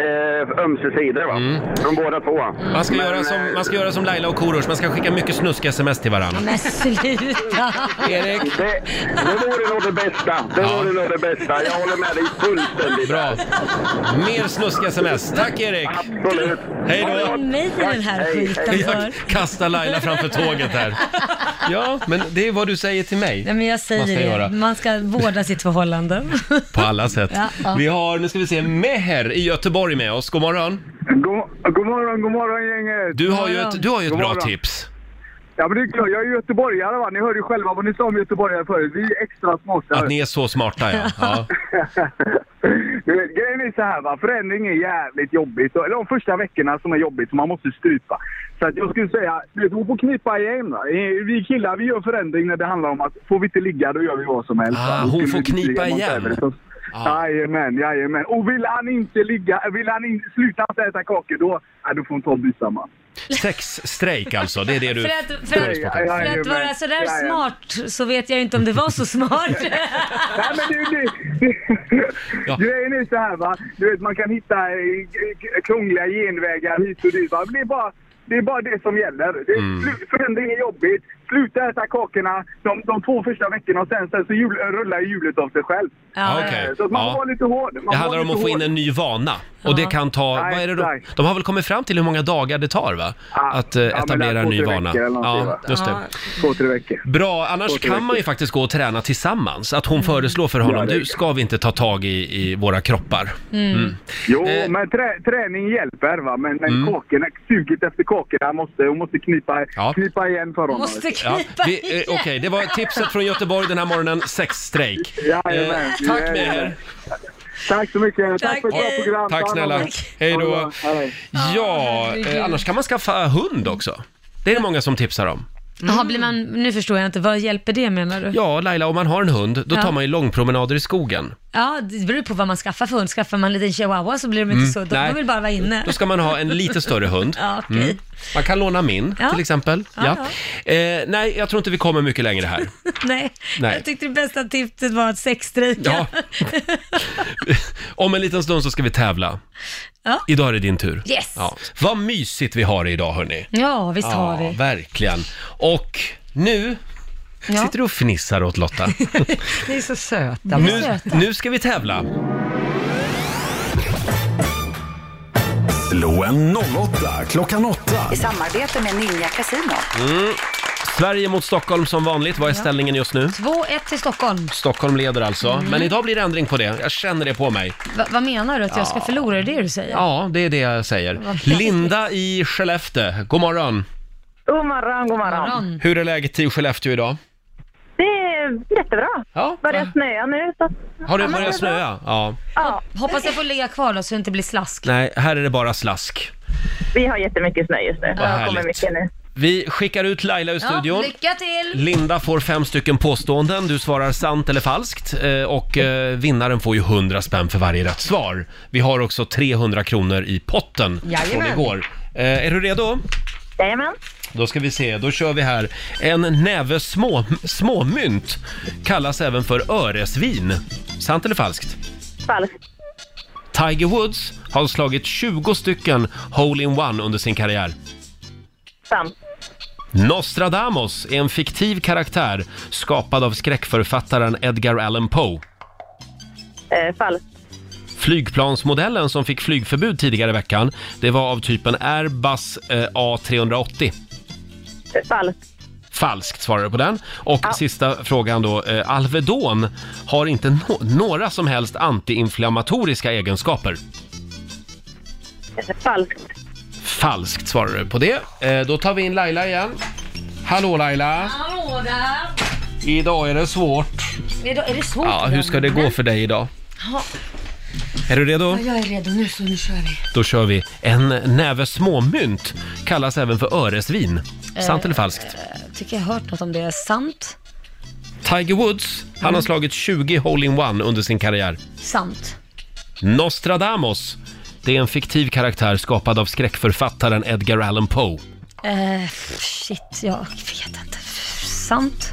eh, ömse sidor, va? Från båda två.
Mm. Man ska, göra
eh,
som, man ska göra som Laila och Korosh, man ska skicka mycket snusk-sms till varandra.
Men sluta!
Erik.
Det, det vore nog det bästa. Det vore nog det bästa. Jag håller med dig fullständigt.
Bra. Mer snusk-sms. Tack Erik!
Absolut.
Hej då!
Håll mig i den här skiten för.
Jag kastar Laila framför tåget här. Ja, men det är vad du säger till mig.
Nej, men jag
Man ska
säger
göra.
det, man ska vårda sitt förhållande.
På alla sätt.
Ja, ja.
Vi har, nu ska vi se, Meher i Göteborg med oss. God morgon.
God, god morgon, god morgon gänget!
Du har ju ett, du har ju ett
God
bra
morgon.
tips.
Ja men det är klart, jag är göteborgare va. Ni hörde ju själva vad ni sa om göteborgare förut. Vi är extra smarta.
Att ni är så smarta ja. ja.
Du vet, Grejen är så här va, förändring är jävligt jobbigt. Eller de första veckorna som är jobbigt, som man måste strypa. Så att jag skulle säga, du vet, gå på knipa igen va. Eh, Vi killar, vi gör förändring när det handlar om att får vi inte ligga, då gör vi vad som helst.
Ah,
Då
hon
skulle
får
vi inte
knipa
ligga, man
igen. Ah.
säger det. Så- Jajamän, jajamän. Och vill han inte ligga, vill han in, sluta att äta kakor, då, ja, då får hon ta och byta man.
Sexstrejk alltså, det är det du
För att, för, att,
förespråkar.
för att vara sådär smart så vet jag ju inte om det var så smart.
Nej, men det, det, Grejen är så här va, du vet man kan hitta eh, k- krångliga genvägar hit och dit va. Men det, är bara, det är bara det som gäller. Det,
Mm.
slu- Förändring är jobbigt, sluta äta kakorna de, de två första veckorna och sen, sen så jul, rullar hjulet av sig själv.
Ja.
Eh,
Okej.
Så att man får
Ja.
vara lite hård. Man får
Det
vara
handlar om
lite
att få in
hård.
en ny vana. Och det kan ta, vad är det då? De har väl kommit fram till hur många dagar det tar va? Att eh,
men
etablera en
två,
ny
tre
vana.
veckor eller någonting,
Ja,
va?
just det.
Två, tre veckor.
Bra, annars
Två, tre
kan man ju
veckor. Mm.
faktiskt gå och träna tillsammans. Att hon föreslår för honom, du ska vi inte ta tag i, i våra kroppar? Mm.
Jo, men trä, träning hjälper va. Men, men kakorna, suget efter kakorna måste, hon måste knipa, knipa igen för honom.
Ja, vi, eh, Okej, det var tipset från Göteborg den här morgonen, sexstrejk.
Jajamän.
Eh, tack med er.
Tack så mycket. Tack, för ett bra
Tack.
program.
Tack snälla. Hej då. Ja,
herregud.
eh, annars kan man skaffa hund också. Det är det många som tipsar om.
Jaha, blir man, nu förstår jag inte, vad hjälper det menar du?
Ja, Laila, om man har en hund, då
Ja.
tar man ju långpromenader i skogen.
Ja, det beror på vad man skaffar för hund. Skaffar man en liten chihuahua så blir de
Mm,
inte så, de,
nej.
de vill bara vara inne.
Då ska man ha en lite större hund. Mm.
Ja, okej.
Man kan låna min,
Ja.
till exempel. Ja.
Ja,
Eh, nej, jag tror inte vi kommer mycket längre här.
Nej.
Nej.
jag tyckte det bästa tipset var att sexstrejka.
Ja. Om en liten stund så ska vi tävla.
Ja.
Idag är det din tur.
Yes.
Ja. Vad mysigt vi har det idag, hörni.
Ja, visst har vi.
Verkligen. Och nu
Ja.
sitter du och fnissar åt Lotta.
Ni är så söta.
nu, nu ska vi tävla.
Slå en 08 klockan 8.
I samarbete med Ninja Casino.
Mm. Sverige mot Stockholm som vanligt. Vad är
Ja.
ställningen just nu?
2-1 till Stockholm.
Stockholm leder alltså,
Mm.
men idag blir det ändring på det. Jag känner det på mig.
Va, vad menar du? Att jag ska
Ja.
förlora? Är det det du säger?
Ja, det är det jag säger.
Vad bra.
Linda i Skellefteå, god morgon.
God morgon, god morgon.
Hur är läget i Skellefteå idag?
Det är jättebra.
Ja.
Börjar snöa nu. Så...
Har det
Ja, men
börjat
det är bra.
snöa? Ja.
Ja,
Hoppas jag får ligga kvar då så det inte blir slask.
Nej, här är det bara slask.
vi har jättemycket snö just nu. Det
Vad
kommer
härligt.
mycket nu.
Vi skickar ut Laila ur studion.
lycka till!
Linda får fem stycken påståenden. Du svarar sant eller falskt eh, och eh, vinnaren får ju 100 spänn för varje rätt svar. Vi har också 300 kronor i potten
Jajamän.
från igår. Eh, är du redo?
Jajamän.
Då ska vi se, då kör vi här. En näve små, småmynt kallas även för öresvin. Sant eller falskt?
Falskt.
Tiger Woods har slagit 20 stycken hole-in-one under sin karriär.
Sant.
Nostradamus är en fiktiv karaktär skapad av skräckförfattaren Edgar Allan Poe.
Eh, falskt.
Flygplansmodellen som fick flygförbud tidigare i veckan, det var av typen Airbus eh, A380.
Eh, Falskt.
Falskt svarar du på den. Och sista frågan då. Eh, Alvedon har inte no- några som helst antiinflammatoriska egenskaper.
Eh, Falskt.
Falskt svarar du på det. Eh, då tar vi in Laila igen. Hallå Laila!
Hallå där!
Idag är det svårt.
Är det, är det svårt?
Ja, hur ska det gå för dig idag?
Ja,
Är du redo?
ja, jag är redo nu så nu kör vi.
Då kör vi. En näve småmynt kallas även för öresvin. Sant
Eh,
eller falskt?
Jag tycker jag har hört något om det. Är sant?
Tiger Woods, han
Mm.
har slagit 20 hole-in-one under sin karriär.
Sant.
Nostradamus, det är en fiktiv karaktär skapad av skräckförfattaren Edgar Allan Poe.
Eh, shit, jag vet inte. Sant?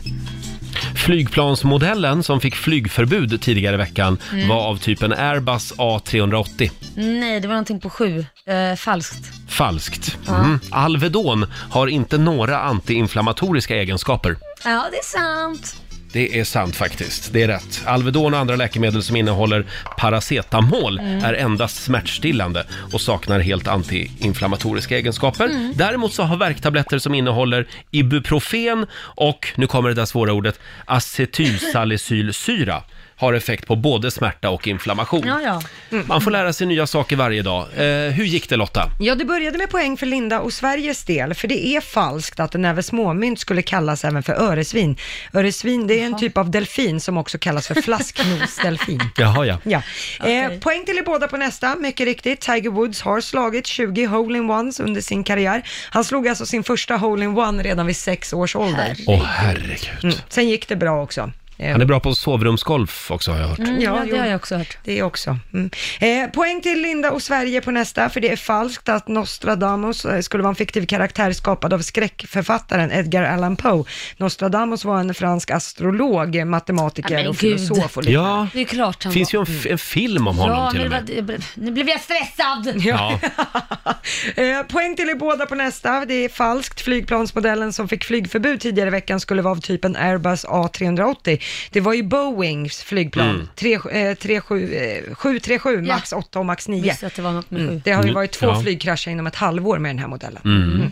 Flygplansmodellen som fick flygförbud tidigare i veckan
Mm.
var av typen Airbus A380.
Nej, det var någonting på sju. Eh, falskt.
Falskt. Mm. Alvedon har inte några antiinflammatoriska egenskaper.
Ja, det är sant.
Det är sant faktiskt. Det är rätt. Alvedon och andra läkemedel som innehåller paracetamol
Mm.
är endast smärtstillande och saknar helt antiinflammatoriska egenskaper.
Mm.
Däremot så har värktabletter som innehåller ibuprofen och, nu kommer det där svåra ordet, acetylsalicylsyra har effekt på både smärta och inflammation.
Ja, ja.
Man får lära sig nya saker varje dag. Eh, hur gick det Lotta?
Ja, det började med poäng för Linda och Sveriges del, för det är falskt att en näve småmynt skulle kallas även för öresvin. Öresvin, det är en typ av delfin som också kallas för flasknosdelfin.
Jaha, ja.
Ja. Eh, poäng till er båda på nästa, mycket riktigt. Tiger Woods har slagit 20 hole-in-ones under sin karriär. Han slog alltså sin första hole-in-one redan vid sex års ålder.
Åh herregud.
Mm. Sen gick det bra också. Eh,
Han är bra på sovrumsgolf också har jag hört.
Mm, ja, det har jag
också hört.
Det också. Mm. Eh, poäng till Linda och Sverige på nästa, för det är falskt att Nostradamus eh, skulle vara en fiktiv karaktär skapad av skräckförfattaren Edgar Allan Poe. Nostradamus var en fransk astrolog, eh, matematiker och filosof. Och liknande.
Ja,
Det är klart han
finns ju
var.
en, f- en film om honom
ja,
till och med.
men det var- Nu blev jag stressad!
Ja.
Eh, poäng till er båda på nästa. Det är falskt. Flygplansmodellen som fick flygförbud tidigare i veckan skulle vara av typen Airbus A380. Det var ju Boeings flygplan,
Mm.
tre, eh, tre, sju, eh, 737, max 8 och max 9.
Visste att det var något med sju.
Mm. Det har ju
Mm,
varit två
ja.
flygkrascher inom ett halvår med den här modellen.
Mm.
Mm.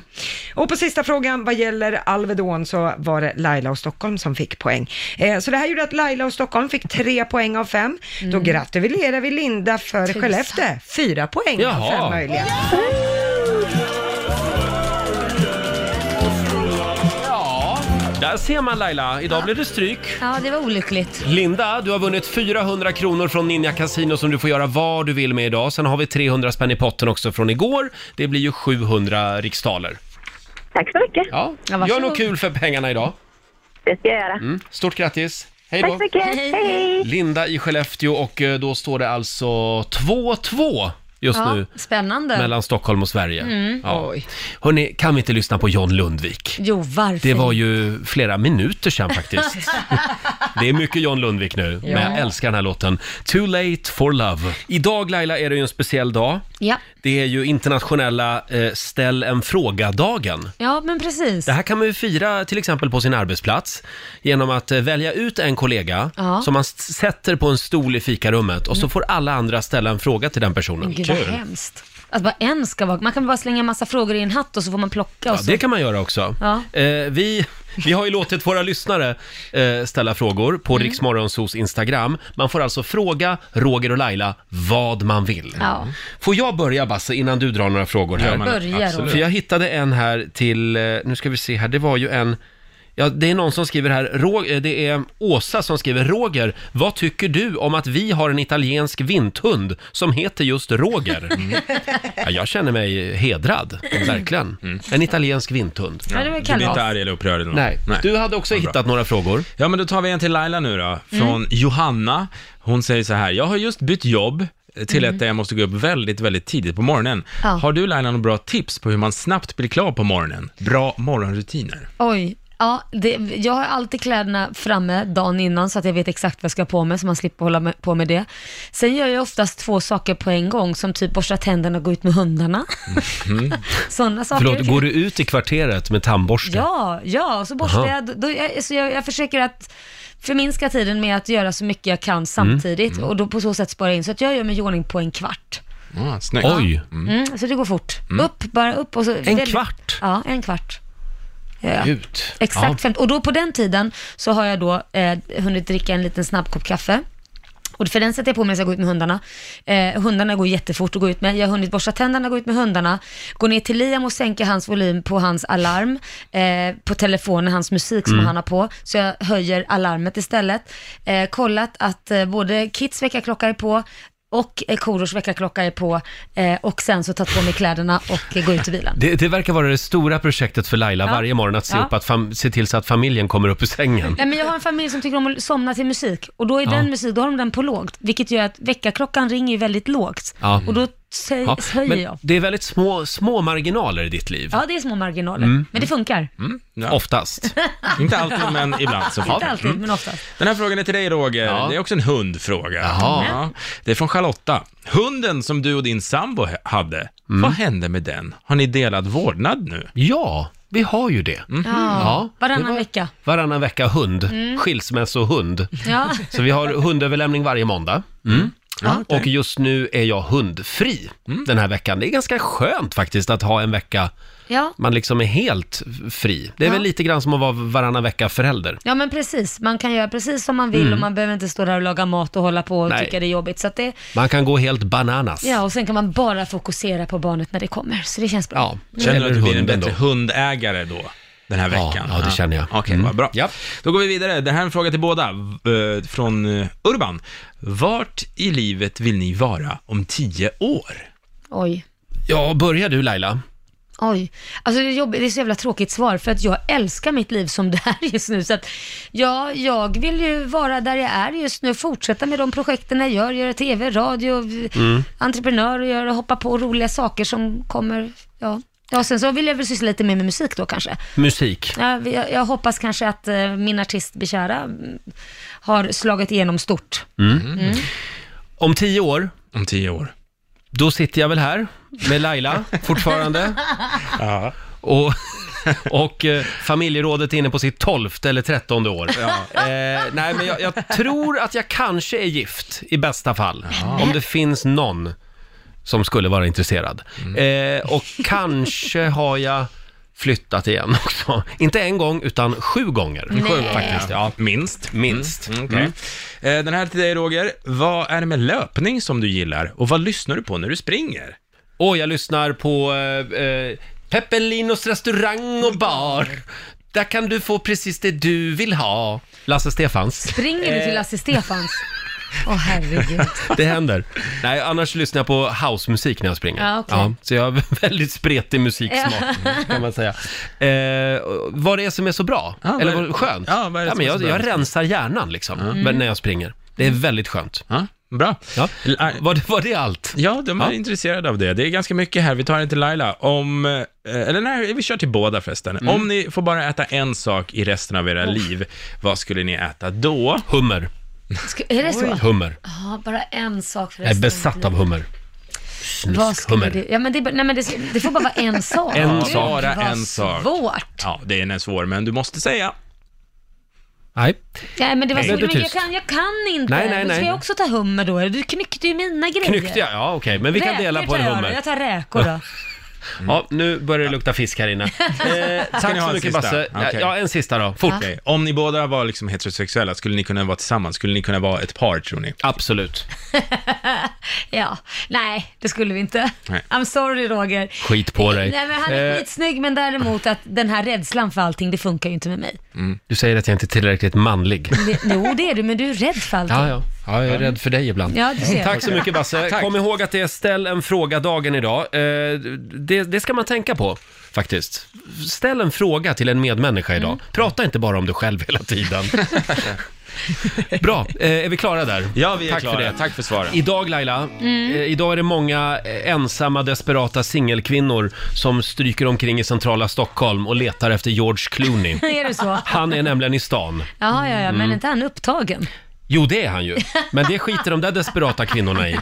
Och på sista frågan vad gäller Alvedon så var det Laila och Stockholm som fick poäng. Eh, så det här gjorde att Laila och Stockholm fick tre poäng av fem. Då gratulerar vi Linda för
Tusen.
Skellefteå. Fyra poäng av
Jaha.
fem möjliga.
Där ser man Laila, idag blir det stryk.
Ja, det var olyckligt.
Linda, du har vunnit 400 kronor från Ninja Casino som du får göra vad du vill med idag. Sen har vi 300 spänn i potten också från igår. Det blir ju 700 riksdaler.
Tack så mycket.
Ja, Gör något kul för pengarna idag.
Det ska jag göra.
Mm. Stort grattis! Hej
Tack
då!
så mycket. Hej. hej.
Linda i Skellefteå och eh, då står det alltså 2-2 just
ja,
nu
Spännande.
mellan Stockholm och Sverige.
Mm.
Ja. Hörni, kan vi inte lyssna på John Lundvik?
Jo, varför?
Det var ju flera minuter sedan faktiskt. Det är mycket John Lundvik nu,
Ja.
men jag älskar den här låten. Too late for love. Idag Laila är det ju en speciell dag.
ja.
Det är ju internationella eh, ställ en fråga-dagen.
ja, men precis.
Det här kan man ju fira till exempel på sin arbetsplats genom att eh, välja ut en kollega
Ja. Mm.
som man s- sätter på en stol i fikarummet och så får alla andra ställa en fråga till den personen.
Gud, vad hemskt. Att bara en ska vara... Man kan bara slänga en massa frågor i en hatt och så får man plocka
Ja,
och så.
det kan man göra också.
Ja.
Eh, vi, vi har ju låtit våra lyssnare eh, ställa frågor på mm. Riksmorgonsos Instagram. Man får alltså fråga Roger och Laila vad man vill.
Ja.
Får jag börja Basse innan du drar några frågor här?
Ja, men Börja, absolut. Roger.
För jag hittade en här till, eh, nu ska vi se här, det var ju en Ja, det är någon som skriver här, Rå- eh, det är Åsa som skriver, Roger, vad tycker du om att vi har en italiensk vinthund som heter just Roger? Ja, jag känner mig hedrad, verkligen. En italiensk vinthund.
Mm. Ja, det var
Du blir
kalas.
inte arg eller upprörd eller något.
Nej. Du hade också
Vad bra.
hittat några frågor.
Ja, men då tar vi en till Laila nu då, från
Mm.
Johanna. Hon säger så här, jag har just bytt jobb, till
Mm.
ett där jag måste gå upp väldigt, väldigt tidigt på morgonen.
Ja.
Har du Laila några bra tips på hur man snabbt blir klar på morgonen? Bra morgonrutiner.
Oj. Ja, det, jag har alltid kläderna framme dagen innan så att jag vet exakt vad jag ska ha på mig så man slipper hålla med, på med det. Sen gör jag oftast två saker på en gång som typ borsta tänderna och gå ut med hundarna.
Mm.
Sådana saker.
Förlåt, går du ut i kvarteret med tandborste?
Ja, ja, så borstar
Aha.
jag, då, jag, så jag, jag försöker att förminska tiden med att göra så mycket jag kan samtidigt
mm.
och då på så sätt spara in. Så att jag gör mig i ordning på en kvart.
Ah, snyggt.
Oj!
Mm. så det går fort.
Mm.
Upp, bara upp och så... En
kvart?
Ja, en kvart. Ja, ja.
Gud.
Exakt
Ja.
50. Och då på den tiden så har jag då eh, hunnit dricka en liten snabbkopp kaffe. Och för den sätter jag på mig när jag ska gå ut med hundarna. Eh, hundarna går jättefort att gå ut med. Jag har hunnit borsta tänderna, gå ut med hundarna. Gå ner till Liam och sänka hans volym på hans alarm. Eh, på telefonen, hans musik som
Mm.
han har på. Så jag höjer alarmet istället. Eh, kollat att eh, både Kits väckarklocka är på och eh, Korosh väckarklocka är på. Eh, och sen så tagit på mig kläderna och eh, gå ut i bilen.
Det, det verkar vara det stora projektet för Laila
Ja.
varje morgon, att se,
Ja.
upp att fam- se till så att familjen kommer upp ur sängen.
Nej, men jag har en familj som tycker om att somna till musik och då är
Ja.
den musik, då har de den på lågt, vilket gör att väckarklockan ringer ju väldigt lågt
Ja.
och då säger,
Ja,
höjer
men
jag.
det är väldigt små, små marginaler i ditt liv.
Ja, det är små marginaler,
Mm.
men det funkar.
Oftast.
Inte alltid, men ibland så
Inte alltid,
Mm.
men oftast.
Den här frågan är till dig Roger, det är också en hundfråga.
Jaha.
Ja. Det är från Charlotta. Hunden som du och din sambo he- hade,
Mm.
vad hände med den? Har ni delat vårdnad nu? Mhm.
Ja, vi har ju det. Mm. Ja,
Varannan
det var-
vecka.
Varannan vecka hund,
Mm.
skilsmässohund.
Ja.
Så vi har hundöverlämning varje måndag. Mm.
Ja, okej.
Och just nu är jag hundfri
Mm.
den här veckan. Det är ganska skönt faktiskt att ha en vecka
Ja.
man liksom är helt fri. Det är
Ja.
väl lite grann som att vara varannan vecka förälder.
ja, men precis. Man kan göra precis som man vill
Mm.
och man behöver inte stå där och laga mat och hålla på och
Nej.
tycka det är jobbigt. Så att det,
Man kan gå helt bananas.
ja, och sen kan man bara fokusera på barnet när det kommer, så det känns bra.
Känner du att du blir en
hunden
bättre hundägare då? Den här veckan?
ja, det känner jag. Mm.
Okej, vad bra. Då går vi vidare. Det här är en fråga till båda, eh, från eh, Urban. Vart i livet vill ni vara om tio år?
Oj.
Ja, börjar du Laila?
Oj, alltså det är, jobbigt, det är så jävla tråkigt svar för att jag älskar mitt liv som det är just nu. Så att, ja, jag vill ju vara där jag är just nu, fortsätta med de projekten jag gör, göra tv, radio,
Mm.
entreprenör och göra, hoppa på roliga saker som kommer. Ja. ja, sen så vill jag väl syssla lite mer med musik då kanske.
Musik.
Ja, vi- Jag, jag hoppas kanske att eh, min artist Bishara mm, har slagit igenom stort.
Mm.
Mm.
Om tio år.
Om tio år.
Då sitter jag väl här med Laila fortfarande. Och, och eh, familjerådet är inne på sitt tolfte eller trettonde år. Eh, nej, men jag, jag tror att jag kanske är gift i bästa fall. Om det finns någon som skulle vara intresserad.
Mm.
Eh, och kanske har jag flyttat igen också. Inte en gång, utan sju gånger.
Sju gånger.
Faktiskt, ja.
Minst.
Minst.
Mm, okej.
Mm.
Eh, Den här till dig Roger. Vad är det med löpning som du gillar och vad lyssnar du på när du springer?
Och jag lyssnar på eh, eh, Peppelinos restaurang och bar. Där kan du få precis det du vill ha. Lasse Stefans.
Ringer du till Lasse Stefans? Åh herregud.
Det händer. Nej, annars lyssnar jag på housemusik när jag springer.
Ja, okej.
så jag har väldigt spretig musiksmak,
Ja.
kan man säga. Eh, vad det är som är så bra,
Ja, vad
eller
är-
vad skönt.
Ja, vad är det som
men
är
jag,
så bra?
jag rensar hjärnan liksom,
Mm.
när jag springer. Det är väldigt skönt.
Bra. äh-
Ja. Var, det, var det allt?
Ja, de är
Ja.
intresserade av det. Det är ganska mycket här. Vi tar en till Laila. Om, eh, eller nej, vi kör till båda förresten.
Mm.
Om ni får bara äta en sak i resten av era liv, vad skulle ni äta då?
Hummer.
Ska- Är det så?
Oj. Hummer.
Ja, bara en sak för
Jag är
resten
besatt av hummer.
Vad skulle
Hummer.
det, ja, men det, nej, men det, det får bara vara en sak.
En
Gud,
sak. Bara
vad
en sak.
Svårt.
Ja, det är en svår, men du måste säga.
Nej.
Nej, men det var
Nej,
så,
blev
men
du
jag,
tyst?
kan, jag kan inte.
Nej, nej,
Men Ska
nej.
jag också ta hummer då? Du knyckte ju mina grejer.
Knyckte jag? Ja, okej. Men vi kan
Räkor
dela på en
tar jag
hummer.
då. Jag tar räkor då.
Ja, nu börjar det lukta fisk här inne. Eh,
Ska ni
tack
ha
så
en
mycket
sista?
Basse. Ja,
Okej.
Ja, en sista då. Fort.
Okej. Om ni båda var liksom heterosexuella, skulle ni kunna vara tillsammans? Skulle ni kunna vara ett par, tror ni?
Absolut.
Ja, nej, det skulle vi inte.
Nej.
I'm sorry Roger.
Skit på dig.
Nej, men han är
Eh,
skitsnygg, men däremot att den här rädslan för allting, det funkar ju inte med mig.
Mm.
Du säger att jag inte är tillräckligt manlig.
Men det- Jo, det är du, men du är rädd för allting.
Ja, ja. Ja, jag är rädd för dig ibland.
Ja, du ser.
Tack så mycket Basse.
Mm, Tack.
Kom ihåg att det är ställ en fråga-dagen idag. Eh, det, det ska man tänka på faktiskt. Ställ en fråga till en medmänniska idag. Prata inte bara om dig själv hela tiden. Bra, eh, är vi klara där?
Ja, vi är
Tack
klara.
För det.
Tack för svaren.
Idag Laila,
Mm.
eh, idag är det många eh, ensamma desperata singelkvinnor som stryker omkring i centrala Stockholm och letar efter George Clooney.
är det så?
Han är nämligen i stan.
Jaha, ja, ja, men
Mm. Eh,
är inte han upptagen?
Jo, det är han ju. Men det skiter de där desperata kvinnorna i.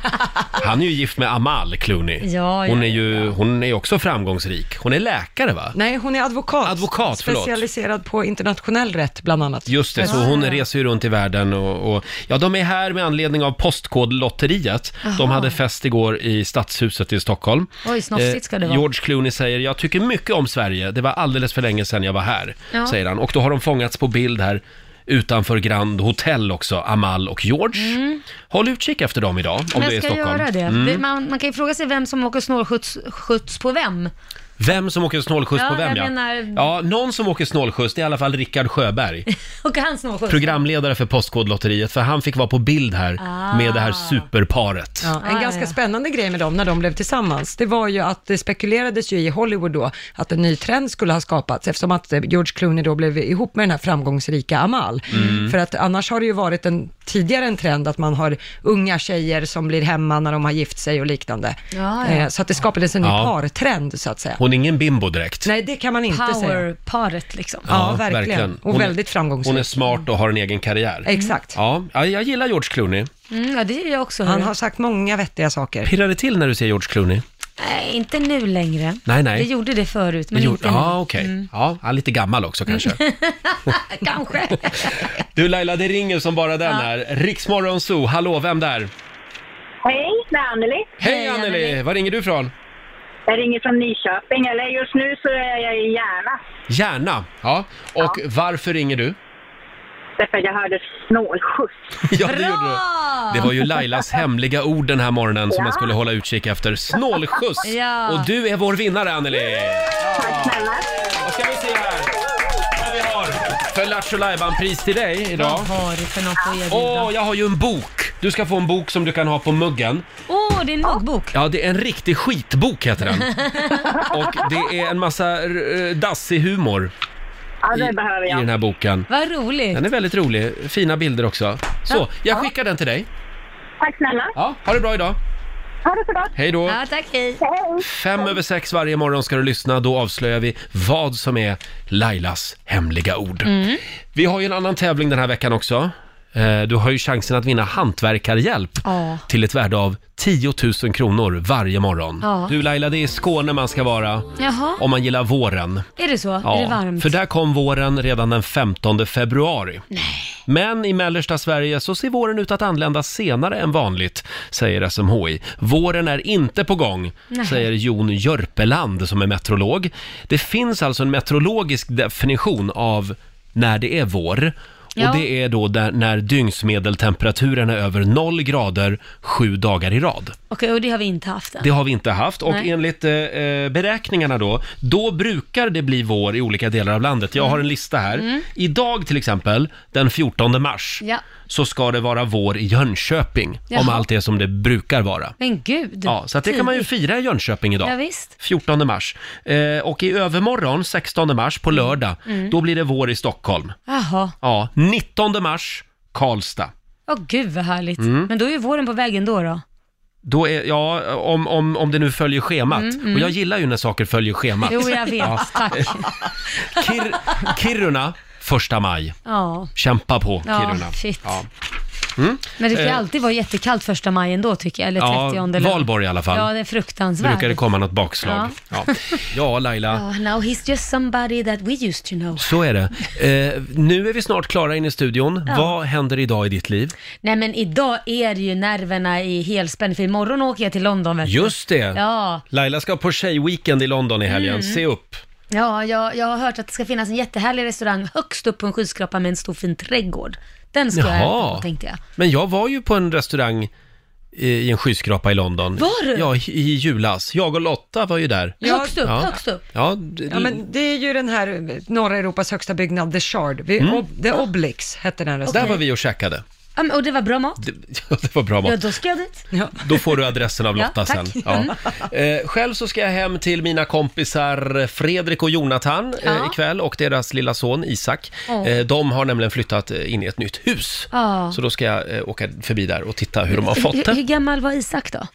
Han är ju gift med Amal Clooney.
Ja, ja,
hon är ju hon är också framgångsrik. Hon är läkare, va?
Nej, hon är advokat.
Advokat, förlåt.
Specialiserad på internationell rätt, bland annat.
Just det, så hon reser ju runt i världen och, och ja, de är här med anledning av Postkodlotteriet. De
Jaha.
hade fest igår i Stadshuset i Stockholm. Eh,
Oj, snofsigt ska det vara.
George Clooney säger, jag tycker mycket om Sverige, det var alldeles för länge sedan jag var här,
Ja.
säger han. Och då har de fångats på bild här utanför Grand Hotel också, Amal och George. Håll utkik efter dem idag, om
Mm. men
det är i
ska
Stockholm.
göra det?
Mm.
Det- Man, man kan ju fråga sig vem som åker snålskjuts skjuts på vem.
Vem som åker snålskjuts
Ja,
på vem
jag
ja.
menar-
Ja, någon som åker snålskjuts, det är i alla fall Rickard Sjöberg.
Åker han snålskjuts?
Programledare för Postkodlotteriet, för han fick vara på bild här
Ah.
med det här superparet.
Ja, en
Ah,
ganska
ja.
spännande grej med dem när de blev tillsammans, det var ju att det spekulerades ju i Hollywood då att en ny trend skulle ha skapats eftersom att eh, George Clooney då blev ihop med den här framgångsrika Amal.
Mm.
För att annars har det ju varit en tidigare en trend att man har unga tjejer som blir hemma när de har gift sig och liknande.
ja.
Eh, Så att det skapades en ny
Ja.
partrend så att säga.
Hon är ingen bimbo direkt.
Nej, det kan man inte säga.
Powerparet liksom.
Ja, verkligen. Och
Hon är-
väldigt framgångsrik.
Hon är smart och har en egen karriär.
Exakt.
Ja, ja, jag gillar George Clooney.
Mm, ja, det gör jag också.
Han
hörru.
har sagt många vettiga saker.
Pirrar det till när du ser George Clooney?
Nej, inte nu längre.
Nej, nej.
Det gjorde det förut, men
Det gjorde-
inte nu. Mm.
Ja, okej.
Mm.
Ja, han är lite gammal också kanske.
Kanske.
Du Laila, det ringer som bara den
Ja.
här. Riksmorgon Zoo, hallå, vem där?
Hej, det är Anneli.
Hej, Anneli. Var ringer du från?
Jag ringer från Nyköping, eller just nu så är jag i Järna.
Gärna. Ja. Och varför ringer du?
Därför att jag hörde snålskjuts.
Ja, det gjorde du. Det var ju Lailas hemliga ord den här morgonen som
Ja.
man skulle hålla utkik efter. Snålskjuts!
Ja.
Och du är vår vinnare, Anneli!
Tack snälla.
Vad ska vi se här? Vad vi har? För Lattjo Lajban-pris till dig idag.
Vad har du för något att erbjuda?
Åh,
Åh,
jag har ju en bok! Du ska få en bok som du kan ha på muggen.
det är en muggbok.
Ja, det är en riktig skitbok heter den. Och det är en massa eh, dassig humor
Ja, det
I-
behöver
i
jag.
den här boken.
Vad roligt.
Den är väldigt rolig. Fina bilder också. Så, jag skickar den till dig.
Tack snälla.
Ja, ha det bra idag.
Ha det så gott.
Hej då.
Ja, tack, hej.
Fem över sex varje morgon ska du lyssna. Då avslöjar vi vad som är Lailas hemliga ord.
Mm.
Vi har ju en annan tävling den här veckan också. Eh, Du har ju chansen att vinna hantverkarhjälp
Ja.
till ett värde av 10 000 kronor varje morgon.
Ja.
Du Laila, det är i Skåne man ska vara
Jaha,
om man gillar våren.
är det så? Är det varmt?
för där kom våren redan den 15 februari. Men i mellersta Sverige så ser våren ut att anlända senare än vanligt, säger SMHI. Våren är inte på gång,
Nej.
säger Jon Jörpeland som är meteorolog. Det finns alltså en meteorologisk definition av när det är vår.
Ja.
Och det är då där, när dygnsmedeltemperaturen är över 0 grader sju dagar i rad.
Okej, och det har vi inte haft än.
Det har vi inte haft och
Nej.
enligt eh, eh, beräkningarna då, då brukar det bli vår i olika delar av landet. Jag har en lista här.
Mm.
Idag till exempel, den 14 mars,
Ja.
så ska det vara vår i Jönköping, om
Jaha.
allt är som det brukar vara.
Men gud.
Ja, så att det kan man ju
tidigt.
fira i Jönköping idag.
Ja, visst.
14 mars. Eh, och i övermorgon, 16 mars, på lördag,
Mm.
då blir det vår i Stockholm.
Jaha.
Ja, 19 mars, Karlstad.
Åh gud vad härligt.
Mm.
Men då är ju våren på väg ändå då.
Då är, ja, om, om, om det nu följer schemat.
Mm, mm.
Och jag gillar ju när saker följer schemat.
Jo, jag vet.
Ja.
Tack.
Kir Kiruna, första maj.
Ja.
Kämpa på
Ja,
Kiruna.
shit.
Mm.
Men det ska ju
Eh,
alltid vara jättekallt första maj ändå tycker jag, eller 30
ja,
eller...
Valborg i alla fall.
Ja, det är fruktansvärt.
Brukar det komma något bakslag. Ja, ja. Laila.
Oh, now he's just somebody that we used to know.
Så är det. Eh, nu är vi snart klara in i studion.
Ja.
Vad händer idag i ditt liv?
Nej men idag är det ju nerverna i helspänn, för imorgon åker jag till London vet du.
Just det!
Ja,
Laila ska på tjejweekend i London i helgen.
Mm.
Se upp!
ja jag, jag har hört att det ska finnas en jättehärlig restaurang högst upp på en skyskrapa med en stor fin trädgård. Den ska jag
Jaha.
äta på tänkte jag.
Men jag var ju på en restaurang i i en skyskrapa i London.
Var du?
Ja, i, i julas. Jag och Lotta var ju där.
Högst upp,
ja.
högst upp.
Ja, d-
Ja, men det är ju den eh, här norra Europas högsta byggnad, The Shard. Vi,
Mm.
ob, The Oblix hette den
Där var vi och käkade.
Ja, men, och det var bra mat.
Ja, det var bra
Ja,
mat.
då ska jag dit.
Då får du adressen av Lotta
Ja,
sen.
tack. Mm.
Ja. Eh, själv så ska jag hem till mina kompisar Fredrik och Jonathan eh,
Ja.
ikväll och deras lilla son Isak.
Åh.
Eh, de har nämligen flyttat eh, in i ett nytt hus.
Ja.
Så då ska jag eh, åka förbi där och titta hur de har fått
Hur, hur
det.
gammal var Isak då?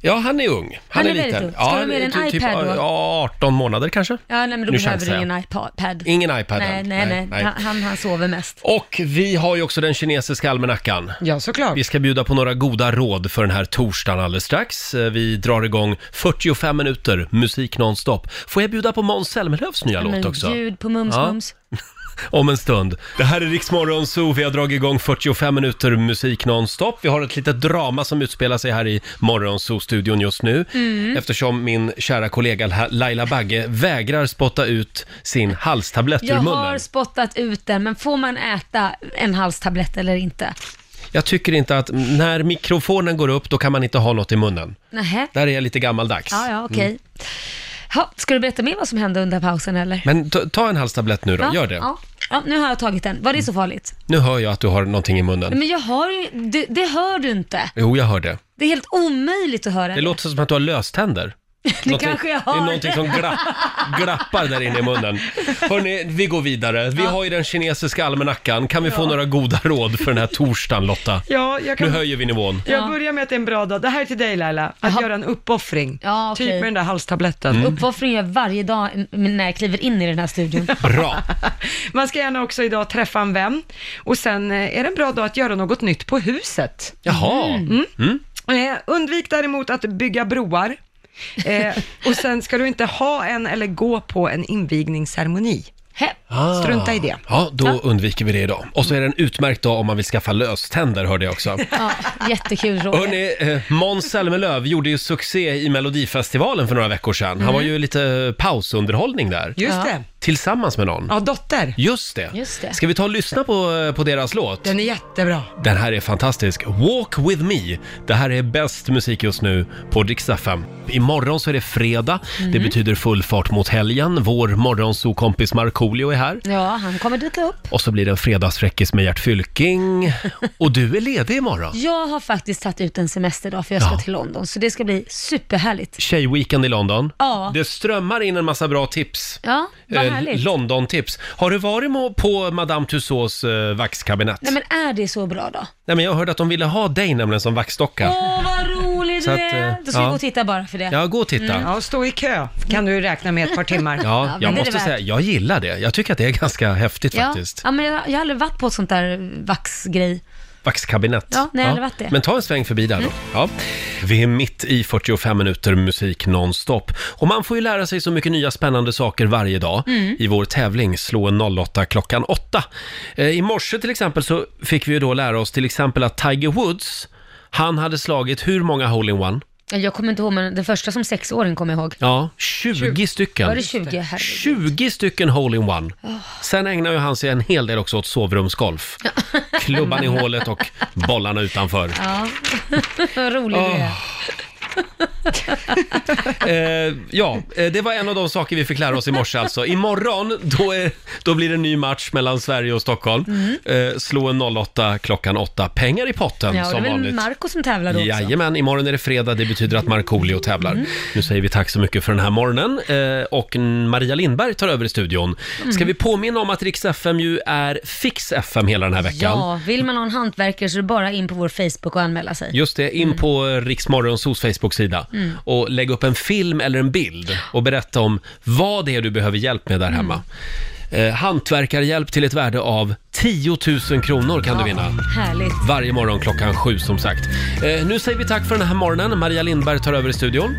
Ja, han är ung.
Han är väldigt ung. Ska du ha med dig en
ty- typ,
iPad då?
Ja, 18 månader kanske.
Ja, nej, men då
Nu
behöver
chansar
du
jag.
ingen iPad.
Ingen iPad
Nej,
än.
nej, nej.
Nej, nej.
Han, han sover mest.
Och vi har ju också den kinesiska almanackan.
Ja, såklart.
Vi ska bjuda på några goda råd för den här torsdagen alldeles strax. Eh, Vi drar igång 45 minuter musik nonstop. Får jag bjuda på Måns Zelmerlöws nya
Men
låt också?
Ljud på mums,
Ja.
mums.
Om en stund. Det här är Riksmorgon Zoo. Vi har dragit igång 45 minuter musik nonstop. Vi har ett litet drama som utspelar sig här i Morgonzoo-studion just nu.
Mm.
Eftersom min kära kollega La- Laila Bagge vägrar spotta ut sin halstablett ur
Jag
munnen.
har spottat ut den, men får man äta en halstablett eller inte?
Jag tycker inte att när mikrofonen går upp, då kan man inte ha något i munnen.
Nähä.
Där är jag lite gammaldags.
Ja, ja, okej.
Mm.
Ha, ska du berätta mer vad som hände under pausen eller?
Men ta, ta en halstablett nu då,
Ja,
gör det. Mm.
Ja. ja, nu har jag tagit den. Var det så farligt?
Nu hör jag att du har någonting i munnen.
Men jag har ju, det, det hör du inte.
Jo, jag hör det.
Det är helt omöjligt att höra.
Det låter som att du har löständer.
det
Någonting-
kanske jag
Det
har.
är någonting som glapp, glappar där inne i munnen. Hörrni, vi går vidare. Vi har ju den kinesiska almanackan. Kan vi få några goda råd för den här torsdagen, Lotta?
Ja, jag kan-
Nu höjer vi nivån.
Jag börjar med att det är en bra dag. Det här är till dig Laila, att göra en uppoffring.
Ja, okej.
Typ med den där halstabletten.
Mm. Uppoffring gör jag varje dag n- när jag kliver in i den här studion.
Bra.
Man ska gärna också idag träffa en vän. Och sen eh, är det en bra dag att göra något nytt på huset.
Jaha.
Mm.
Mm.
Eh, undvik däremot att bygga broar. Eh, och sen ska du inte ha en eller gå på en invigningsceremoni.
Ah.
Strunta i det.
Ja, då undviker vi det idag. Och så är det en utmärkt dag om man vill skaffa löständer, hörde jag också.
Ja, jättekul Roger.
Hörni, eh, Måns Zelmerlöw gjorde ju succé i Melodifestivalen för några veckor sedan. Han var ju lite eh, pausunderhållning där.
Mm. Just det.
Tillsammans med någon.
Ja, dotter.
Just det.
Just det.
Ska vi ta och lyssna på, eh, på deras låt?
Den är jättebra.
Den här är fantastisk. Walk with me. Det här är bäst musik just nu på Dix FM. Imorgon så är det fredag.
Mm.
Det betyder full fart mot helgen. Vår morgonsokompis Markoolio är här.
Ja, han kommer dyka upp.
Och så blir det en fredagsfräckis med Gert Fylking. Och du är ledig imorgon.
Jag har faktiskt tagit ut en semesterdag för jag ska till London, så det ska bli superhärligt.
Tjejweekend i London.
Ja.
Det strömmar in en massa bra tips.
Ja, vad
Eh,
härligt.
London-tips. Har du varit mo- på Madame Tussauds eh, vaxkabinett?
Nej men är det så bra då?
Nej, men jag hörde att de ville ha dig nämligen som vaxdocka.
Åh vad rolig
Så
du
att,
är!
eh,
Då ska
ja.
vi gå och titta bara för det.
Ja, gå och titta.
Ja, och stå i kö kan du räkna med ett par timmar.
Ja, jag måste säga, jag gillar det. Jag tycker att det är ganska häftigt
ja.
faktiskt.
Ja, men jag, jag har aldrig varit på ett sånt där vaxgrej.
Vaxkabinett.
Ja, nej, jag har aldrig varit det. Mm.
Men ta en sväng förbi där då. Ja. Vi är mitt i 45 minuter musik nonstop. Och man får ju lära sig så mycket nya spännande saker varje dag
Mm.
i vår tävling Slå en 08 klockan 8. Eh, I morse till exempel så fick vi ju då lära oss till exempel att Tiger Woods, han hade slagit hur många hole-in-one?
Jag kommer inte ihåg, men den första som sexåring kommer jag ihåg.
Ja, 20, stycken.
Var det Ah. 20? Herregud.
20 stycken hole-in-one.
Åh.
Sen ägnar ju han sig en hel del också åt sovrumsgolf. Klubban i hålet och bollarna utanför.
Ja, vad rolig du är.
Eh, ja, eh, det var en av de saker vi fick lära oss i morse alltså. Imorgon, då, är, då blir det en ny match mellan Sverige och Stockholm.
Mm.
Eh, slå en 08 klockan 8. Pengar i potten
Ja, och det är
som
väl
vanligt.
Marco som tävlar då också.
Jajamän, imorgon är det fredag. Det betyder att Markoolio tävlar.
Mm.
Nu säger vi tack så mycket för den här morgonen. Eh, och Maria Lindberg tar över i studion. Ska
Mm.
vi påminna om att Rix FM ju är Fix FM hela den här veckan?
Ja, vill man ha en hantverkare så är det bara in på vår Facebook och anmäla sig.
Just det, in på Riksmorgonsos Facebook-sida
Mm.
och lägg upp en film eller en bild och berätta om vad det är du behöver hjälp med där hemma. Eh, hantverkarhjälp till ett värde av 10 000 kronor kan du vinna.
Härligt.
Varje morgon klockan sju som sagt. Eh, nu säger vi tack för den här morgonen. Maria Lindberg tar över i studion.